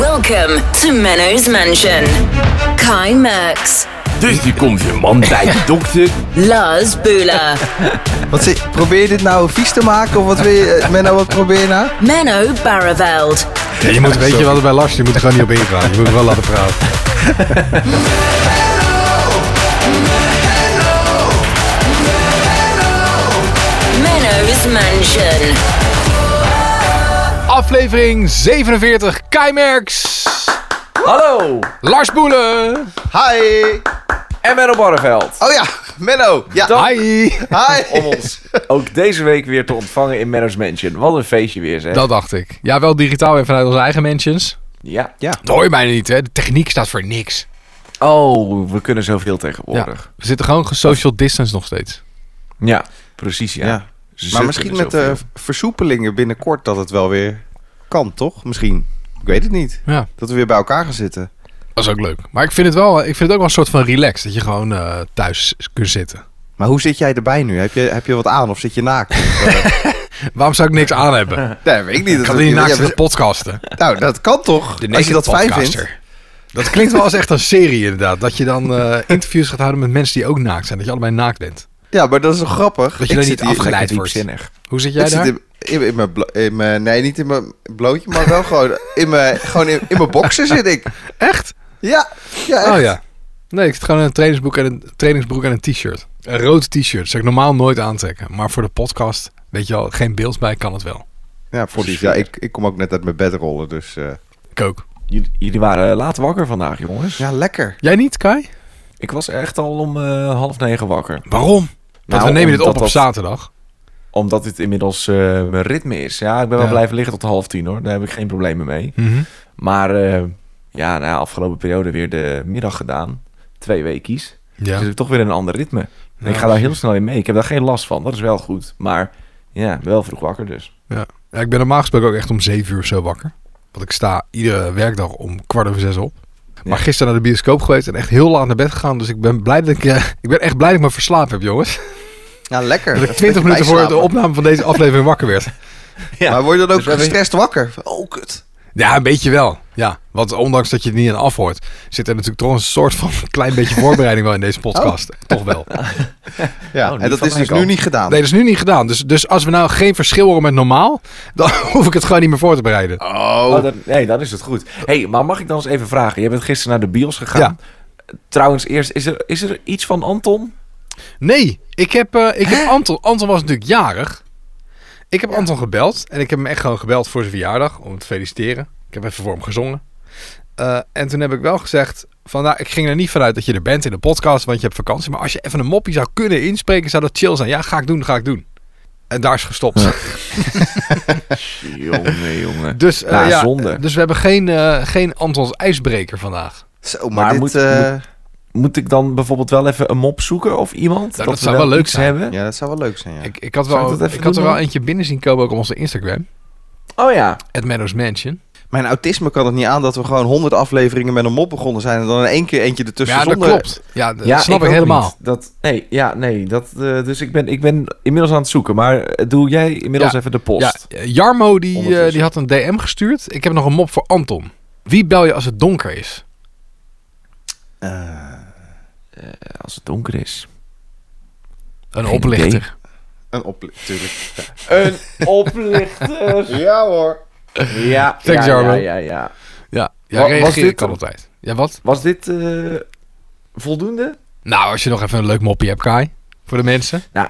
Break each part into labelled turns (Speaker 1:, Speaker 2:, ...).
Speaker 1: Welcome to Menno's Mansion. Kai Merks,
Speaker 2: Dus die komt je man bij de dokter.
Speaker 1: Lars Bula,
Speaker 3: Wat zit- probeer je dit nou vies te maken of wat wil je, eh, Menno, wat probeer je nou?
Speaker 1: Menno Barreveld,
Speaker 4: je moet, weet je wat er bij Lars, je moet er gewoon niet op ingaan. Je moet hem wel laten praten.
Speaker 1: Menno's Mansion.
Speaker 4: Aflevering 47, Kai Merks,
Speaker 5: Hallo,
Speaker 4: Lars Boelen.
Speaker 3: Hi!
Speaker 5: en Menno Barreveld.
Speaker 3: Oh ja, Menno! Ja,
Speaker 4: Hi.
Speaker 3: hi!
Speaker 5: Om ons ook deze week weer te ontvangen in Menno's Mansion. Wat een feestje weer, zeg.
Speaker 4: Dat dacht ik. Ja, wel digitaal en vanuit onze eigen mentions.
Speaker 5: Ja.
Speaker 4: Dat hoor je bijna niet, hè? De techniek staat voor niks.
Speaker 5: Oh, we kunnen zoveel
Speaker 4: Ja.
Speaker 5: tegenwoordig.
Speaker 4: We zitten gewoon social distance nog steeds.
Speaker 5: Ja, precies, ja.
Speaker 3: Ja.
Speaker 5: Ze
Speaker 3: Maar
Speaker 5: zitten
Speaker 3: misschien
Speaker 5: er
Speaker 3: met
Speaker 5: zoveel.
Speaker 3: eh, versoepelingen binnenkort dat het wel weer kan, toch? Misschien. Ik weet het niet.
Speaker 4: Ja,
Speaker 3: Dat we weer bij elkaar gaan zitten.
Speaker 4: dat is ook leuk. Maar ik vind het, wel, ik vind het ook wel een soort van relax dat je gewoon eh, thuis kunt zitten.
Speaker 3: Maar hoe zit jij erbij nu? Heb je, heb je wat aan of zit je naakt?
Speaker 4: Waarom zou ik niks aan hebben?
Speaker 3: Nee, weet ik niet.
Speaker 4: Ik
Speaker 3: Dat
Speaker 4: had niet
Speaker 3: ja,
Speaker 4: naast
Speaker 3: ja,
Speaker 4: zitten podcasten.
Speaker 3: Nou, dat kan toch?
Speaker 4: De
Speaker 3: Als je
Speaker 4: naked
Speaker 3: dat fijn vindt.
Speaker 4: podcaster. Dat klinkt wel als echt een serie inderdaad. Dat je dan eh, interviews gaat houden met mensen die ook naakt zijn. Dat je allebei naakt bent.
Speaker 3: Ja, maar dat is toch grappig?
Speaker 4: Dat je dan
Speaker 3: zit
Speaker 4: niet
Speaker 3: hier-
Speaker 4: afgeleid
Speaker 5: Lekker
Speaker 4: wordt.
Speaker 5: diepzinnig.
Speaker 4: Hoe zit jij
Speaker 3: ik
Speaker 4: daar?
Speaker 3: zit in, in, in mijn blo- in mijn... Nee, niet in mijn blootje, maar wel gewoon in mijn, gewoon in, in mijn boksen zit ik.
Speaker 4: Echt?
Speaker 3: Ja, ja echt.
Speaker 4: Oh ja. Nee, ik zit gewoon in een trainingsbroek en een, trainingsbroek en een t-shirt. Een rood t-shirt. Dat zou ik normaal nooit aantrekken. Maar voor de podcast, weet je wel, geen beeld bij, kan het wel.
Speaker 3: Ja, precies. Ja, ik, ik kom ook net uit mijn bed rollen, dus... eh.
Speaker 4: Ik ook.
Speaker 5: Jullie, jullie waren eh, laat wakker vandaag, jongens.
Speaker 3: Ja, lekker.
Speaker 4: Jij niet, Kai?
Speaker 5: Ik was echt al om eh, half negen wakker.
Speaker 4: Waarom? Want
Speaker 5: Nou,
Speaker 4: we nemen dit op
Speaker 5: omdat
Speaker 4: op
Speaker 5: dat-
Speaker 4: zaterdag.
Speaker 5: Omdat dit inmiddels eh, mijn ritme is. Ja, ik ben wel
Speaker 4: Ja.
Speaker 5: blijven liggen tot half tien, hoor. Daar heb ik geen problemen mee.
Speaker 4: Mhm.
Speaker 5: Maar eh, ja, na afgelopen periode weer de middag gedaan. Twee weekjes.
Speaker 4: Ja.
Speaker 5: Dus het is toch weer een ander ritme. En
Speaker 4: Ja,
Speaker 5: ik ga daar heel snel in mee. Ik heb daar geen last van. Dat is wel goed. Maar ja, wel vroeg wakker dus.
Speaker 4: ja. Ik ben normaal gesproken ook echt om zeven uur of zo wakker. Want ik sta iedere werkdag om kwart over zes op. Maar
Speaker 5: Ja.
Speaker 4: gisteren naar de bioscoop geweest en echt heel laat naar bed gegaan. Dus ik ben, blij dat ik, eh, ik ben echt blij dat ik me verslapen heb, jongens.
Speaker 3: Ja, lekker.
Speaker 4: Dat ik 20 minuten voor de opname van deze aflevering wakker werd.
Speaker 5: Ja.
Speaker 3: Maar word je dan ook
Speaker 5: Dus we hebben-
Speaker 3: gestrest wakker? Oh, kut.
Speaker 4: Ja, een beetje wel. Ja, want ondanks dat je het niet aan afhoort, zit er natuurlijk toch een soort van klein beetje voorbereiding wel in deze podcast. Toch wel.
Speaker 3: Ja,
Speaker 5: Oh,
Speaker 3: en dat
Speaker 5: niet van
Speaker 3: is
Speaker 5: mijn
Speaker 3: dus nu
Speaker 5: kant.
Speaker 3: niet gedaan.
Speaker 4: Nee, dat is nu niet gedaan. Dus, dus als we nou geen verschil horen met normaal, dan hoef ik het gewoon niet meer voor te bereiden.
Speaker 3: Oh,
Speaker 5: Oh, dat, nee, dan is het goed. hey, maar mag ik dan eens even vragen? Je bent gisteren naar de bios gegaan. Trouwens, eerst, is er, is er iets van Anton?
Speaker 4: Nee, ik heb, eh, ik heb Anton. Anton was natuurlijk jarig. Ik heb Anton gebeld en ik heb hem echt gewoon gebeld voor zijn verjaardag om hem te feliciteren. Ik heb even voor hem gezongen. Eh, en toen heb ik wel gezegd: van nou, ik ging er niet vanuit dat je er bent in de podcast, want je hebt vakantie. Maar als je even een moppie zou kunnen inspreken, zou dat chill zijn. Ja, ga ik doen, ga ik doen. En daar is gestopt.
Speaker 5: Jongen, jongen.
Speaker 4: Dus, eh,
Speaker 5: Ja,
Speaker 4: ja,
Speaker 5: zonde.
Speaker 4: dus we hebben geen, eh, geen Antons ijsbreker vandaag.
Speaker 3: Zo, maar,
Speaker 5: Maar
Speaker 3: dit...
Speaker 5: moet-
Speaker 3: eh,
Speaker 5: Moet ik dan bijvoorbeeld wel even een mop zoeken of iemand?
Speaker 4: dat zou wel leuk
Speaker 5: iets
Speaker 4: zijn.
Speaker 5: hebben.
Speaker 3: Ja, dat zou wel leuk zijn, ja.
Speaker 4: Ik, ik had,
Speaker 5: Zou ik
Speaker 4: wel,
Speaker 5: dat
Speaker 4: ik
Speaker 5: even
Speaker 4: had er
Speaker 5: doen
Speaker 4: wel
Speaker 5: dan?
Speaker 4: eentje binnen zien komen ook op onze Instagram.
Speaker 5: Oh ja.
Speaker 4: At Meadows Mansion.
Speaker 3: Mijn autisme kan het niet aan dat we gewoon honderd afleveringen met een mop begonnen zijn... en dan in één keer eentje
Speaker 5: Dus
Speaker 3: ertussen
Speaker 4: ja, dat
Speaker 3: zonder...
Speaker 4: klopt. Ja, dat
Speaker 5: ja
Speaker 4: snap ik,
Speaker 5: ook
Speaker 4: helemaal.
Speaker 5: niet. Dat, nee, ja, nee. Dat, eh, dus ik ben, ik ben inmiddels aan het zoeken. Maar eh, doe jij inmiddels
Speaker 4: Ja.
Speaker 5: even de post?
Speaker 4: Ja, eh, Jarmo die, eh,
Speaker 5: Ondertussen.
Speaker 4: die had een DM gestuurd. Ik heb nog een mop voor Anton. Wie bel je als het donker is?
Speaker 3: Eh,
Speaker 5: Als het donker is.
Speaker 4: Een
Speaker 5: Geen
Speaker 4: oplichter.
Speaker 3: een op... Tuurlijk.
Speaker 5: Een oplichter.
Speaker 3: Ja hoor.
Speaker 5: Ja,
Speaker 4: Thanks,
Speaker 5: ja,
Speaker 4: Jarmo.
Speaker 5: ja, ja, ja.
Speaker 4: Ja, ja
Speaker 5: Wa- was
Speaker 4: reageer
Speaker 5: dit
Speaker 4: ik kan
Speaker 5: een-
Speaker 4: altijd. Ja, wat?
Speaker 5: Was dit eh, voldoende?
Speaker 4: Nou, als je nog even een leuk mopje hebt, Kai. Voor de mensen.
Speaker 5: Nou,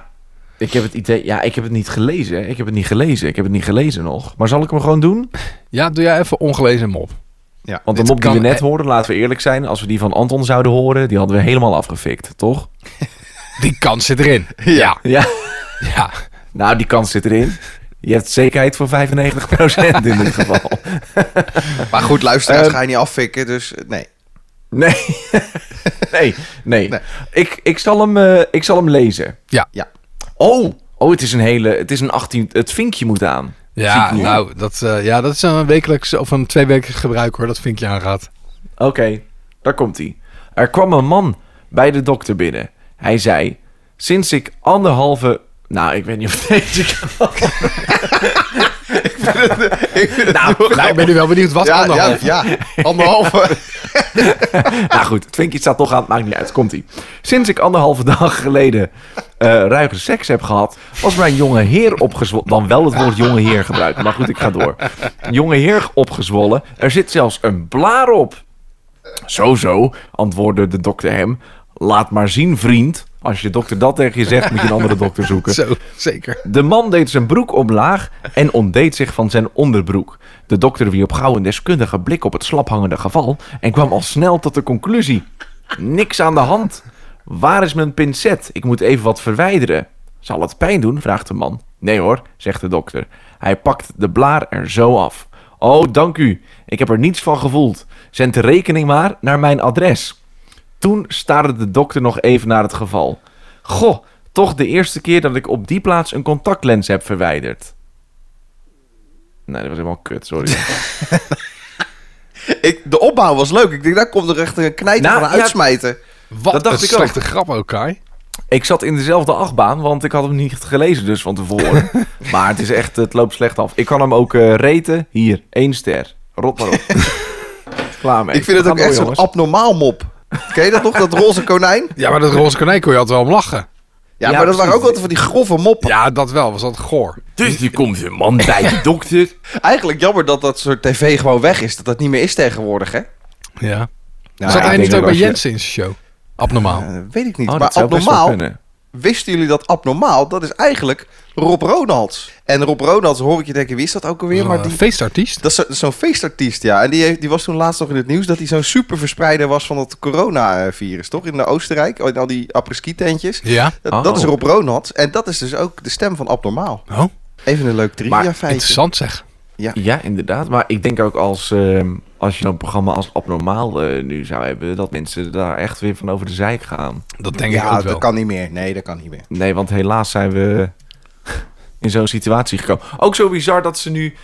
Speaker 5: ik heb het idee... Ja, ik heb het niet gelezen. hè. Ik heb het niet gelezen. Ik heb het niet gelezen nog. Maar zal ik hem gewoon doen?
Speaker 4: Ja, doe jij even ongelezen mop.
Speaker 3: Ja,
Speaker 5: Want de
Speaker 4: Dit
Speaker 5: mop die we
Speaker 4: kan-
Speaker 5: net hoorden, laten we eerlijk zijn... als we die van Anton zouden horen, die hadden we helemaal afgefikt, toch?
Speaker 4: Die kans zit erin. Ja.
Speaker 5: Ja,
Speaker 4: ja.
Speaker 5: nou, die kans zit erin. Je hebt zekerheid voor 95% in dit geval.
Speaker 3: maar goed, luisteraars ga je niet affikken, dus eh, nee.
Speaker 5: Nee, nee, nee.
Speaker 3: Nee.
Speaker 5: Ik, ik, zal hem, eh, ik zal hem lezen.
Speaker 4: Ja.
Speaker 3: Ja.
Speaker 5: Oh, oh het is een hele... Het is een 18... Het vinkje moet aan.
Speaker 4: Ja,
Speaker 5: Ziek, hoor.
Speaker 4: nou, dat, eh, ja, dat is een wekelijks of een tweewekelijks gebruik hoor, dat vinkje aangaat.
Speaker 5: Oké, daar komt hij. Er kwam een man bij de dokter binnen. Hij zei: Sinds ik anderhalve. Nou, ik weet niet of deze kan.
Speaker 4: Nou, ik ben nu wel benieuwd wat
Speaker 3: Ja, ja,
Speaker 4: anderhalf.
Speaker 3: ja, anderhalve.
Speaker 5: Nou goed, het vinkje staat toch aan, het maakt niet uit. Komt-ie. Sinds ik anderhalve dag geleden eh ruige seks heb gehad, was mijn jonge heer opgezwollen. Dan wel het woord jonge heer gebruikt, maar goed, ik ga door. Jonge heer opgezwollen. Er zit zelfs een blaar op. Zo zo, antwoordde de dokter hem. Laat maar zien, vriend. Als je dokter dat tegen je zegt, moet je een andere dokter zoeken.
Speaker 4: Zo, zeker.
Speaker 5: De man deed zijn broek omlaag en ontdeed zich van zijn onderbroek. De dokter wierp gauw een deskundige blik op het slaphangende geval en kwam al snel tot de conclusie: niks aan de hand. Waar is mijn pincet? Ik moet even wat verwijderen. Zal het pijn doen? vraagt de man. Nee hoor, zegt de dokter. Hij pakt de blaar er zo af. Oh, dank u. Ik heb er niets van gevoeld. Zend de rekening maar naar mijn adres. Toen staarde de dokter nog even naar het geval. Goh, toch de eerste keer dat ik op die plaats een contactlens heb verwijderd. Nee, dat was helemaal kut, sorry.
Speaker 3: Ik, de opbouw was leuk. Ik denk, daar komt er echt een knijter
Speaker 5: Nou,
Speaker 3: van
Speaker 5: ja.
Speaker 3: uitsmijten.
Speaker 4: Wat
Speaker 5: Dat dacht
Speaker 4: een
Speaker 5: ik ook.
Speaker 4: slechte grap ook, Kai.
Speaker 5: ik zat in dezelfde achtbaan, want ik had hem niet gelezen dus van tevoren. maar het is echt, het loopt slecht af. Ik kan hem ook eh, reten. Hier, één ster. Rot maar op. Klaar mee.
Speaker 3: Ik vind het
Speaker 5: We
Speaker 3: ook
Speaker 5: gaan
Speaker 3: echt
Speaker 5: door,
Speaker 3: zo'n
Speaker 5: jongens.
Speaker 3: abnormaal mop. Ken je dat nog, dat roze konijn?
Speaker 4: Ja, maar dat roze konijn kon je altijd wel om lachen.
Speaker 3: Ja,
Speaker 5: Ja,
Speaker 3: maar dat waren ook
Speaker 5: precies.
Speaker 3: altijd van die grove moppen.
Speaker 4: Ja, dat wel. Was dat goor.
Speaker 2: Dus die komt je man bij de dokter.
Speaker 3: Eigenlijk jammer dat dat soort tv gewoon weg is. Dat dat niet meer is tegenwoordig, hè?
Speaker 4: Ja. Zat
Speaker 5: Nou, ja,
Speaker 4: hij
Speaker 5: ik
Speaker 4: niet
Speaker 5: denk
Speaker 4: ook bij
Speaker 5: als je-
Speaker 4: Jensen in zijn show? Abnormaal.
Speaker 3: Eh, weet ik niet.
Speaker 5: Oh,
Speaker 3: maar
Speaker 5: dat zou best wel
Speaker 3: abnormaal,
Speaker 5: kunnen.
Speaker 3: wisten jullie dat abnormaal? Dat is eigenlijk Rob Ronalds. En Rob Ronalds, hoor ik je denken, wie is dat ook alweer? Maar
Speaker 5: Oh,
Speaker 4: Eh,
Speaker 3: die,
Speaker 4: Feestartiest.
Speaker 3: dat is zo- zo'n feestartiest, ja. En die, heeft- die was toen laatst nog in het nieuws dat hij zo'n superverspreider was van het coronavirus, toch? In eh, Oostenrijk, in al die apres-ski-tentjes.
Speaker 4: Ja.
Speaker 3: Dat,
Speaker 5: Oh.
Speaker 3: dat is Rob Ronalds. En dat is dus ook de stem van abnormaal.
Speaker 4: Oh,
Speaker 3: Even een leuk
Speaker 5: Maar
Speaker 3: trivia-feitje.
Speaker 4: interessant zeg.
Speaker 5: Ja, inderdaad. Maar ik denk ook als, ehm, als je een programma als abnormaal eh, nu zou hebben, dat mensen daar echt weer van over de zijk gaan.
Speaker 4: Dat denk ik
Speaker 3: Ja,
Speaker 4: ook wel.
Speaker 3: dat kan niet meer. Nee, dat kan niet meer.
Speaker 5: Nee, want helaas zijn we in zo'n situatie gekomen. Ook zo bizar dat ze nu...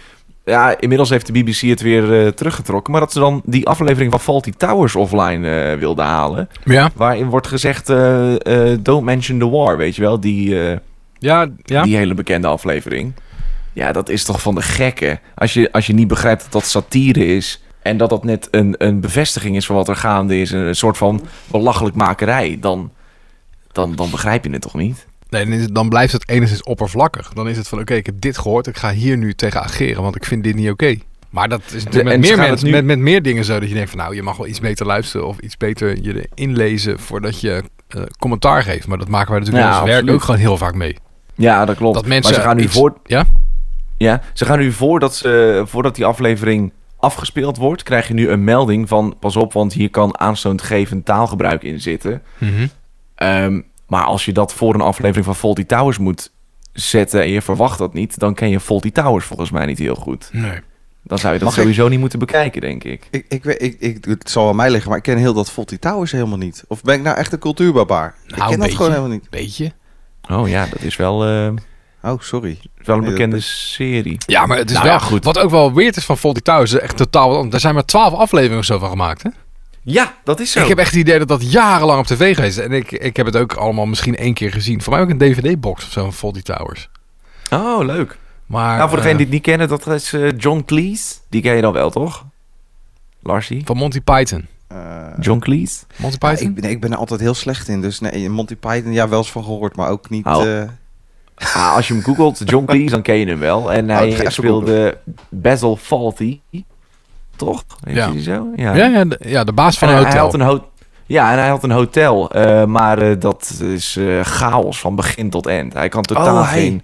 Speaker 5: Ja, inmiddels heeft de BBC het weer eh, teruggetrokken. Maar dat ze dan die aflevering van Faulty Towers offline eh, wilden halen.
Speaker 4: Ja.
Speaker 5: Waarin wordt gezegd, eh, eh, don't mention the war, weet je wel. Die, eh,
Speaker 4: Ja, ja.
Speaker 5: die hele bekende aflevering. Ja, dat is toch van de gekke. Als je, als je niet begrijpt dat dat satire is... en dat dat net een, een bevestiging is van wat er gaande is... een, een soort van belachelijk makerij... Dan, dan, dan begrijp je het toch niet?
Speaker 4: Nee, dan, is het- dan blijft het enigszins oppervlakkig. Dan is het van, oké, ik heb dit gehoord. Ik ga hier nu tegen ageren, want ik vind dit niet oké. Maar dat is natuurlijk
Speaker 5: De-
Speaker 4: met
Speaker 5: en ze
Speaker 4: meer,
Speaker 5: gaan
Speaker 4: mensen,
Speaker 5: het nu-
Speaker 4: met, met meer dingen zo. Dat je denkt van, nou, je mag wel iets beter luisteren. Of iets beter je inlezen voordat je eh, commentaar geeft. Maar dat maken wij natuurlijk
Speaker 5: Ja,
Speaker 4: in ons werk
Speaker 5: absoluut.
Speaker 4: ook gewoon heel vaak mee.
Speaker 5: Ja, dat klopt.
Speaker 4: Dat mensen
Speaker 5: maar ze gaan nu
Speaker 4: iets-
Speaker 5: voor,
Speaker 4: Ja?
Speaker 5: ja, ze gaan nu voordat, ze, voordat die aflevering afgespeeld wordt, krijg je nu een melding van pas op, want hier kan aanstootgevend taalgebruik in zitten.
Speaker 4: Mhm.
Speaker 5: Ehm, maar als je dat voor een aflevering van Faulty Towers moet zetten en je verwacht dat niet, dan ken je Faulty Towers volgens mij niet heel goed.
Speaker 4: Nee.
Speaker 5: Dan zou je dat
Speaker 3: Mag ik-
Speaker 5: sowieso niet moeten bekijken, denk ik.
Speaker 3: Ik, ik, weet- ik, ik, het zal aan mij liggen, maar ik ken heel dat Fawlty Towers helemaal niet. Of ben ik nou echt een cultuurbarbaar? ik
Speaker 4: een
Speaker 3: ken dat
Speaker 4: beetje.
Speaker 3: gewoon helemaal niet.
Speaker 4: Beetje.
Speaker 5: Oh ja, dat is wel, eh,
Speaker 3: Oh, sorry.
Speaker 5: is wel een
Speaker 3: Nee, dat-
Speaker 5: bekende serie.
Speaker 4: Ja, maar het is
Speaker 5: Nou
Speaker 4: wel
Speaker 5: ja, goed.
Speaker 4: Wat ook wel weird is van Fawlty Towers, is echt totaal wat anders. Daar zijn maar twaalf afleveringen of zo van gemaakt, hè?
Speaker 5: Ja, dat is zo.
Speaker 4: Ik heb echt het idee dat dat jarenlang op tv geweest is. En ik, ik heb het ook allemaal misschien één keer gezien. Voor mij ook een dvd-box of zo van Fawlty Towers.
Speaker 5: Oh, leuk.
Speaker 4: Maar,
Speaker 5: nou, voor degenen
Speaker 4: eh,
Speaker 5: die het niet kennen, dat is eh, John Cleese. Die ken je dan wel, toch? Larsie?
Speaker 4: Van Monty Python.
Speaker 3: Eh,
Speaker 5: John Cleese?
Speaker 4: Monty
Speaker 3: ja,
Speaker 4: Python?
Speaker 3: ik, ben- nee, ik ben er altijd heel slecht in. Dus nee, Monty Python, ja, wel eens van gehoord, maar ook niet...
Speaker 5: Oh.
Speaker 3: eh,
Speaker 5: Ah, als je hem googelt, John Cleese, dan ken je hem wel. En
Speaker 3: ik
Speaker 5: hij
Speaker 3: ga even
Speaker 5: speelde Basil Fawlty, toch? Heet
Speaker 4: Ja.
Speaker 5: hij zo? Ja.
Speaker 4: ja, ja, de, ja, de baas van
Speaker 5: En
Speaker 4: een
Speaker 5: hij-
Speaker 4: hotel.
Speaker 5: Hij had een ho- ja, en hij had een hotel. eh, maar eh, dat is eh, chaos van begin tot eind. Hij kan totaal
Speaker 3: Oh, hij-
Speaker 5: geen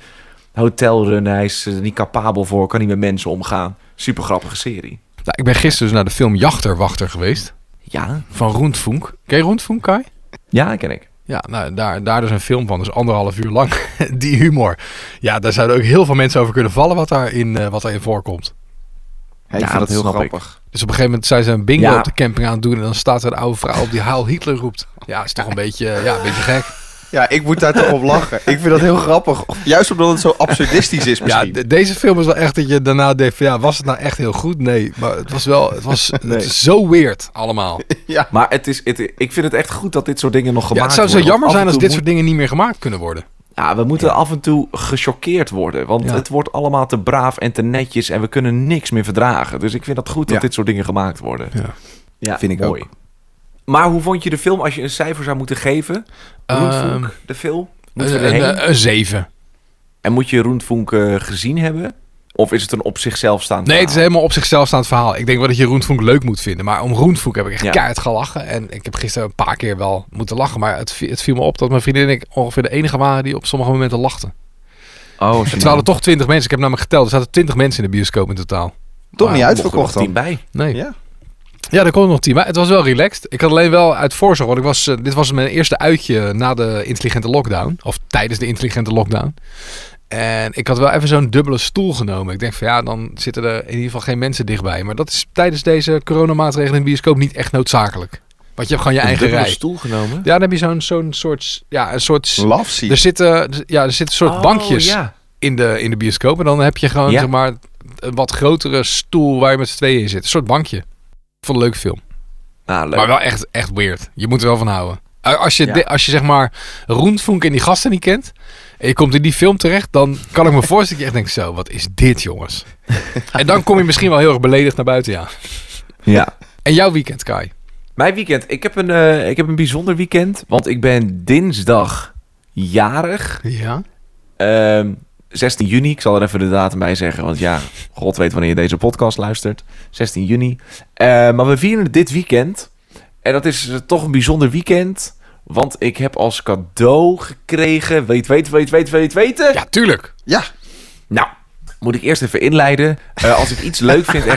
Speaker 5: hotel runnen. Hij is eh, er niet capabel voor, kan niet met mensen omgaan. Super grappige serie.
Speaker 4: Nou, ik ben gisteren dus naar de film Jachterwachter geweest.
Speaker 5: Ja,
Speaker 4: Van Roentfunk. Ken je Roentfunk, Kai?
Speaker 5: ja ken ik.
Speaker 4: Ja, nou, daar, daar dus een film van. Dus anderhalf uur lang. die humor. Ja, daar zouden ook heel veel mensen over kunnen vallen wat daarin, eh, wat daarin voorkomt.
Speaker 3: ja, ik
Speaker 5: Ja,
Speaker 3: vind dat
Speaker 5: dat
Speaker 3: heel
Speaker 5: snap ik.
Speaker 3: grappig.
Speaker 4: Dus op een gegeven moment zijn ze een bingo
Speaker 5: Ja.
Speaker 4: op de camping aan het doen. En dan staat er een oude vrouw op die haal Hitler roept. Ja, is toch een beetje, eh, ja, een beetje gek.
Speaker 3: Ja, ik moet daar toch op lachen. Ik vind dat heel grappig. Juist omdat het zo absurdistisch is
Speaker 4: Ja,
Speaker 3: misschien.
Speaker 4: de- deze film is wel echt dat je daarna denkt van, ja, was het nou echt heel goed? Nee, maar het was wel, het was het is zo weird allemaal.
Speaker 5: Maar het is, het, ik vind het echt goed dat dit soort dingen nog
Speaker 4: Ja,
Speaker 5: gemaakt
Speaker 4: het
Speaker 5: worden.
Speaker 4: zou zo
Speaker 5: want
Speaker 4: jammer
Speaker 5: af
Speaker 4: zijn
Speaker 5: en
Speaker 4: als
Speaker 5: toe
Speaker 4: dit
Speaker 5: moet-
Speaker 4: soort dingen niet meer gemaakt kunnen worden.
Speaker 5: Ja, we moeten af en toe gechoqueerd worden. Want
Speaker 4: Ja.
Speaker 5: het wordt allemaal te braaf en te netjes. En we kunnen niks meer verdragen. Dus ik vind dat goed dat
Speaker 4: Ja.
Speaker 5: dit soort dingen gemaakt worden.
Speaker 4: Ja.
Speaker 5: Ja,
Speaker 3: Vind ik ook.
Speaker 5: Maar hoe vond je de film als je een cijfer zou moeten geven? Roentvonk,
Speaker 4: Ehm, eh,
Speaker 5: de film? Moeten we
Speaker 4: Een,
Speaker 5: erheen?
Speaker 4: een, een zeven.
Speaker 5: en moet je Roentvonk eh, gezien hebben? Of is het een op zichzelf staand
Speaker 4: Nee, het is
Speaker 5: verhaal?
Speaker 4: helemaal op zichzelf staand verhaal. Ik denk wel dat je Roentvonk leuk moet vinden. Maar om Roentvonk heb ik echt
Speaker 5: Ja.
Speaker 4: keihard gelachen. En ik heb gisteren een paar keer wel moeten lachen. Maar het, vi- het viel me op dat mijn vriendin en ik ongeveer de enige waren die op sommige momenten lachten.
Speaker 5: Oh,
Speaker 4: En terwijl er toch twintig mensen, ik heb namelijk geteld, er zaten twintig mensen in de bioscoop in totaal.
Speaker 3: Toch
Speaker 4: Maar
Speaker 3: niet
Speaker 5: mocht er nog
Speaker 3: uitverkocht
Speaker 5: tien
Speaker 3: dan.
Speaker 5: bij.
Speaker 4: Nee.
Speaker 3: Ja.
Speaker 4: Ja, daar kon ik nog tien. Maar het was wel relaxed. Ik had alleen wel uit voorzorg, want ik was, eh, dit was mijn eerste uitje na de intelligente lockdown. Of tijdens de intelligente lockdown. En ik had wel even zo'n dubbele stoel genomen. Ik denk van ja, dan zitten er in ieder geval geen mensen dichtbij. Maar dat is tijdens deze coronamaatregelen in de bioscoop niet echt noodzakelijk. Want je hebt gewoon je eigen
Speaker 5: dubbele
Speaker 4: rij.
Speaker 5: stoel genomen.
Speaker 4: Ja, dan heb je zo'n zo'n soort... Ja, een soort...
Speaker 3: Love seat.
Speaker 4: Er zitten, ja, er zitten soort
Speaker 5: Oh,
Speaker 4: bankjes
Speaker 5: ja.
Speaker 4: in, de, in de bioscoop. En dan heb je gewoon
Speaker 5: Ja.
Speaker 4: zeg maar, een wat grotere stoel waar je met z'n tweeën in zit. Een soort bankje. Ik vond het een leuk film.
Speaker 5: Nou, leuk.
Speaker 4: Maar wel echt, echt weird. Je moet er wel van houden. Uh, Als je,
Speaker 5: Ja.
Speaker 4: di- als je zeg maar Roentvonk en die gasten niet kent. en je komt in die film terecht. dan kan ik me voorstellen dat je echt denkt: zo, wat is dit, jongens? en dan kom je misschien wel heel erg beledigd naar buiten, ja.
Speaker 5: Ja.
Speaker 4: En jouw weekend, Kai?
Speaker 5: Mijn weekend. Ik heb, een, eh, ik heb een bijzonder weekend. Want ik ben dinsdag jarig.
Speaker 4: Ja.
Speaker 5: Ehm, 16 juni. Ik zal er even de datum bij zeggen. Want ja, God weet wanneer je deze podcast luistert. 16 juni. Eh, maar we vieren het dit weekend. En dat is eh, toch een bijzonder weekend. Want ik heb als cadeau gekregen. Weet, weet, weet, weet, weet, weten.
Speaker 4: Ja, tuurlijk.
Speaker 3: Ja,
Speaker 5: Nou, moet ik eerst even inleiden. Eh, als ik iets leuk vind en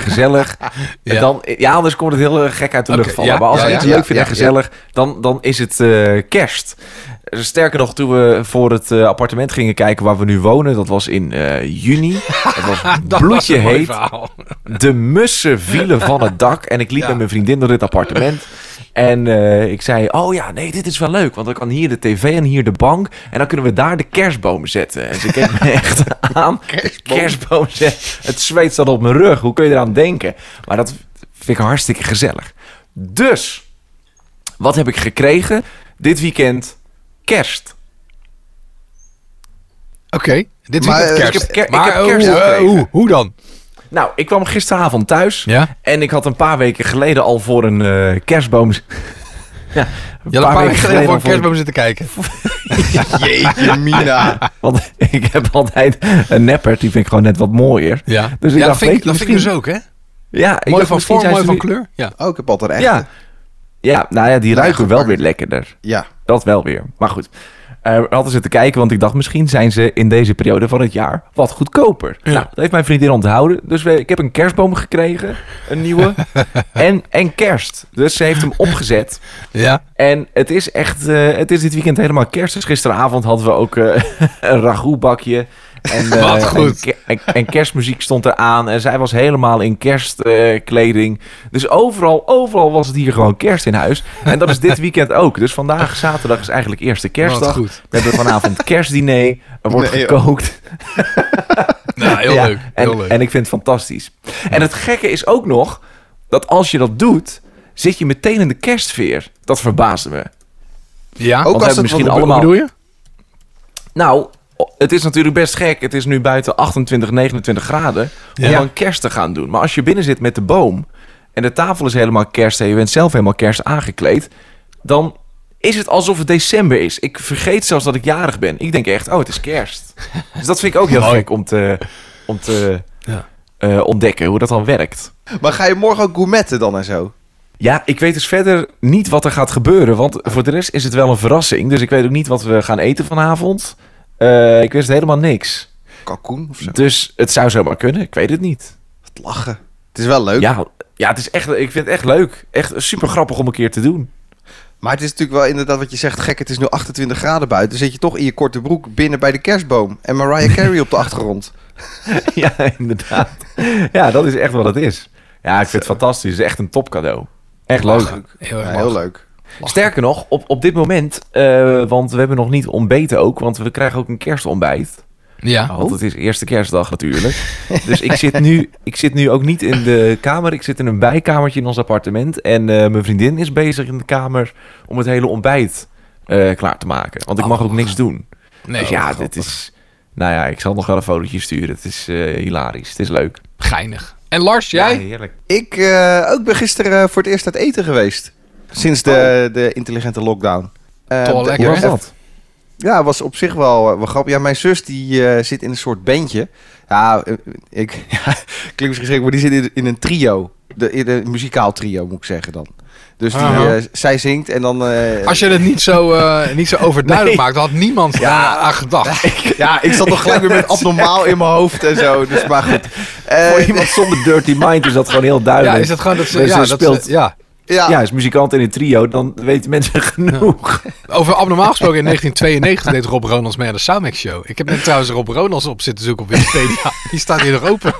Speaker 5: gezellig,
Speaker 4: Ja.
Speaker 5: dan... Ja, anders komt het heel eh, gek uit de
Speaker 4: Oké,
Speaker 5: lucht vallen.
Speaker 4: ja,
Speaker 5: maar als
Speaker 4: ja,
Speaker 5: ik
Speaker 4: ja,
Speaker 5: iets
Speaker 3: ja,
Speaker 5: leuk vind
Speaker 3: ja,
Speaker 5: en gezellig, dan, dan is het eh, kerst. Eh, Sterker nog, toen we voor het eh, appartement gingen kijken waar we nu wonen, dat was in eh, juni. Het was bloedje
Speaker 4: Mooi
Speaker 5: heet.
Speaker 4: verhaal.
Speaker 5: De mussen vielen van het dak en ik liep
Speaker 4: Ja.
Speaker 5: met mijn vriendin door dit appartement. En eh, ik zei, oh ja, nee, dit is wel leuk. Want dan kan hier de tv en hier de bank. En dan kunnen we daar de kerstboom zetten. En ze keek me echt aan. Kerstboom, zetten. Het zweet staat op mijn rug. Hoe kun je eraan denken? Maar dat vind ik hartstikke gezellig. Dus, wat heb ik gekregen? Dit weekend kerst.
Speaker 4: Oké, dit
Speaker 3: Maar,
Speaker 4: is
Speaker 3: eh,
Speaker 4: kerst.
Speaker 5: ik heb ker-
Speaker 4: maar
Speaker 5: ik heb kerst
Speaker 4: hoe, eh,
Speaker 5: gekregen.
Speaker 4: hoe, hoe dan?
Speaker 5: Nou, ik kwam gisteravond thuis.
Speaker 4: Ja?
Speaker 5: En ik had een paar weken geleden al voor een eh, kerstboom. ja, een
Speaker 4: Je had een paar weken geleden voor een kerstboom zitten kijken.
Speaker 3: jeetje mina.
Speaker 5: Want ik heb altijd een neppert, die vind ik gewoon net wat mooier.
Speaker 4: Ja,
Speaker 5: Dus ik
Speaker 4: ja dat
Speaker 5: dacht,
Speaker 4: vind ik,
Speaker 5: weet je,
Speaker 4: dat vind ik dus
Speaker 5: misschien-
Speaker 4: ook, hè?
Speaker 5: Ja, ik
Speaker 4: Mooi
Speaker 5: dacht,
Speaker 4: van
Speaker 5: misschien
Speaker 4: vorm,
Speaker 5: zijn
Speaker 4: mooi
Speaker 5: ze
Speaker 4: van
Speaker 5: nu-
Speaker 4: kleur. Ja.
Speaker 3: Ook Oh, heb altijd echt.
Speaker 5: Ja. ja, nou ja, die ruiken wel weer lekkerder.
Speaker 3: ja.
Speaker 5: Dat wel weer. Maar goed. Eh we hadden ze te kijken, want ik dacht misschien zijn ze in deze periode van het jaar wat goedkoper.
Speaker 4: Ja.
Speaker 5: Nou, dat heeft mijn vriendin onthouden. Dus we- ik heb een kerstboom gekregen, een nieuwe. en, en kerst. Dus ze heeft hem opgezet.
Speaker 4: ja.
Speaker 5: En het is echt, eh, het is dit weekend helemaal kerst. Dus gisteravond hadden we ook eh, een ragoutbakje. En, eh,
Speaker 4: Wat goed.
Speaker 5: En, ke- en- en kerstmuziek stond eraan. En zij was helemaal in kerstkleding. dus overal, overal was het hier gewoon kerst in huis. En dat is dit weekend ook. Dus vandaag, zaterdag, is eigenlijk eerste
Speaker 4: Wat
Speaker 5: kerstdag. We
Speaker 4: goed.
Speaker 5: hebben vanavond kerstdiner. Er wordt
Speaker 3: Nee, joh.
Speaker 5: gekookt.
Speaker 4: Nou, heel
Speaker 5: Ja,
Speaker 4: leuk.
Speaker 5: En,
Speaker 4: Heel leuk.
Speaker 5: en ik vind het fantastisch. En het gekke is ook nog dat als je dat doet, zit je meteen in de kerstfeer. Dat verbaasde me.
Speaker 4: ja,
Speaker 3: Ook
Speaker 5: Want
Speaker 3: als het
Speaker 5: we hebben
Speaker 3: wat-
Speaker 5: misschien allemaal.
Speaker 4: Wat bedoel je?
Speaker 5: Nou, het is natuurlijk best gek. Het is nu buiten 28, 29 graden. Om
Speaker 4: Ja.
Speaker 5: dan kerst te gaan doen. Maar als je binnen zit met de boom. en de tafel is helemaal kerst. en je bent zelf helemaal kerst aangekleed. dan is het alsof het december is. Ik vergeet zelfs dat ik jarig ben. Ik denk echt, oh, het is kerst. Dus dat vind ik ook heel
Speaker 4: Mooi.
Speaker 5: gek om te, om te
Speaker 4: Ja.
Speaker 5: eh, ontdekken hoe dat dan werkt.
Speaker 3: Maar ga je morgen ook gourmetten dan en zo?
Speaker 5: Ja, ik weet dus verder niet wat er gaat gebeuren. Want voor de rest is het wel een verrassing. Dus ik weet ook niet wat we gaan eten vanavond. Eh, ik wist helemaal niks.
Speaker 3: Kalkoen of zo?
Speaker 5: Dus het zou zomaar kunnen. Ik weet het niet.
Speaker 3: Het lachen. Het is wel leuk.
Speaker 5: Ja, ja het is echt, ik vind het echt leuk. Echt super grappig om een keer te doen.
Speaker 3: Maar het is natuurlijk wel inderdaad wat je zegt. Gek, het is nu 28 graden buiten. Dan zit je toch in je korte broek binnen bij de kerstboom. En Mariah Carey op de achtergrond.
Speaker 5: ja, inderdaad. Ja, dat is echt wat het is. Ja, ik vind het fantastisch. Het is echt een topcadeau. Echt leuk.
Speaker 4: Heel,
Speaker 3: Ja,
Speaker 4: erg
Speaker 3: heel
Speaker 4: leuk.
Speaker 3: leuk.
Speaker 5: Sterker nog, op, op dit moment, eh, want we hebben nog niet ontbeten ook, want we krijgen ook een kerstontbijt.
Speaker 4: Ja.
Speaker 5: Want het is eerste kerstdag natuurlijk. dus ik zit, nu, ik zit nu ook niet in de kamer. Ik zit in een bijkamertje in ons appartement. En eh, mijn vriendin is bezig in de kamer om het hele ontbijt eh, klaar te maken. Want ik mag ook niks doen.
Speaker 4: Oh. Nee,
Speaker 5: dus ja,
Speaker 4: wat
Speaker 5: dit
Speaker 4: grappig.
Speaker 5: is... Nou ja, ik zal nog wel een fotootje sturen. Het is eh, hilarisch. Het is leuk.
Speaker 4: Geinig. En Lars, jij?
Speaker 5: Ja, heerlijk.
Speaker 3: Ik eh, ook ben gisteren eh, voor het eerst uit eten geweest. Sinds de, de intelligente lockdown. Eh,
Speaker 4: Oh. Toch wel
Speaker 3: de-
Speaker 4: lekker,
Speaker 5: Hoe
Speaker 4: Ja,
Speaker 5: was
Speaker 4: echt.
Speaker 5: dat?
Speaker 3: Ja, was op zich wel, eh, wel grappig. Ja, mijn zus die eh, zit in een soort bandje. Ja, eh, ik, ja, klinkt misschien gek, maar die zit in, in een trio. De, in een muzikaal trio, moet ik zeggen dan. Dus die,
Speaker 4: Aha.
Speaker 3: eh, zij zingt en dan... eh,
Speaker 4: Ah. Als je het niet zo, eh, niet zo overduidelijk
Speaker 5: Nee.
Speaker 4: maakt, dan had niemand daar aan gedacht.
Speaker 3: Ja, ik zat nog gelijk weer met abnormaal in mijn hoofd en zo. Dus maar goed. Eh,
Speaker 5: Voor iemand zonder dirty mind is dat gewoon heel duidelijk.
Speaker 4: Ja, is het gewoon dat ze,
Speaker 5: Dus
Speaker 4: ja,
Speaker 5: ze
Speaker 4: dat
Speaker 5: speelt-
Speaker 4: ze- ja.
Speaker 3: Eh, ja,
Speaker 5: Ja, is muzikant in een trio, dan weten mensen genoeg.
Speaker 4: Over abnormaal gesproken, in 1992 deed Rob Ronalds mee aan de Soundmix Show. Ik heb net trouwens Rob Ronalds op zitten zoeken op Wikipedia. Die staat hier nog open.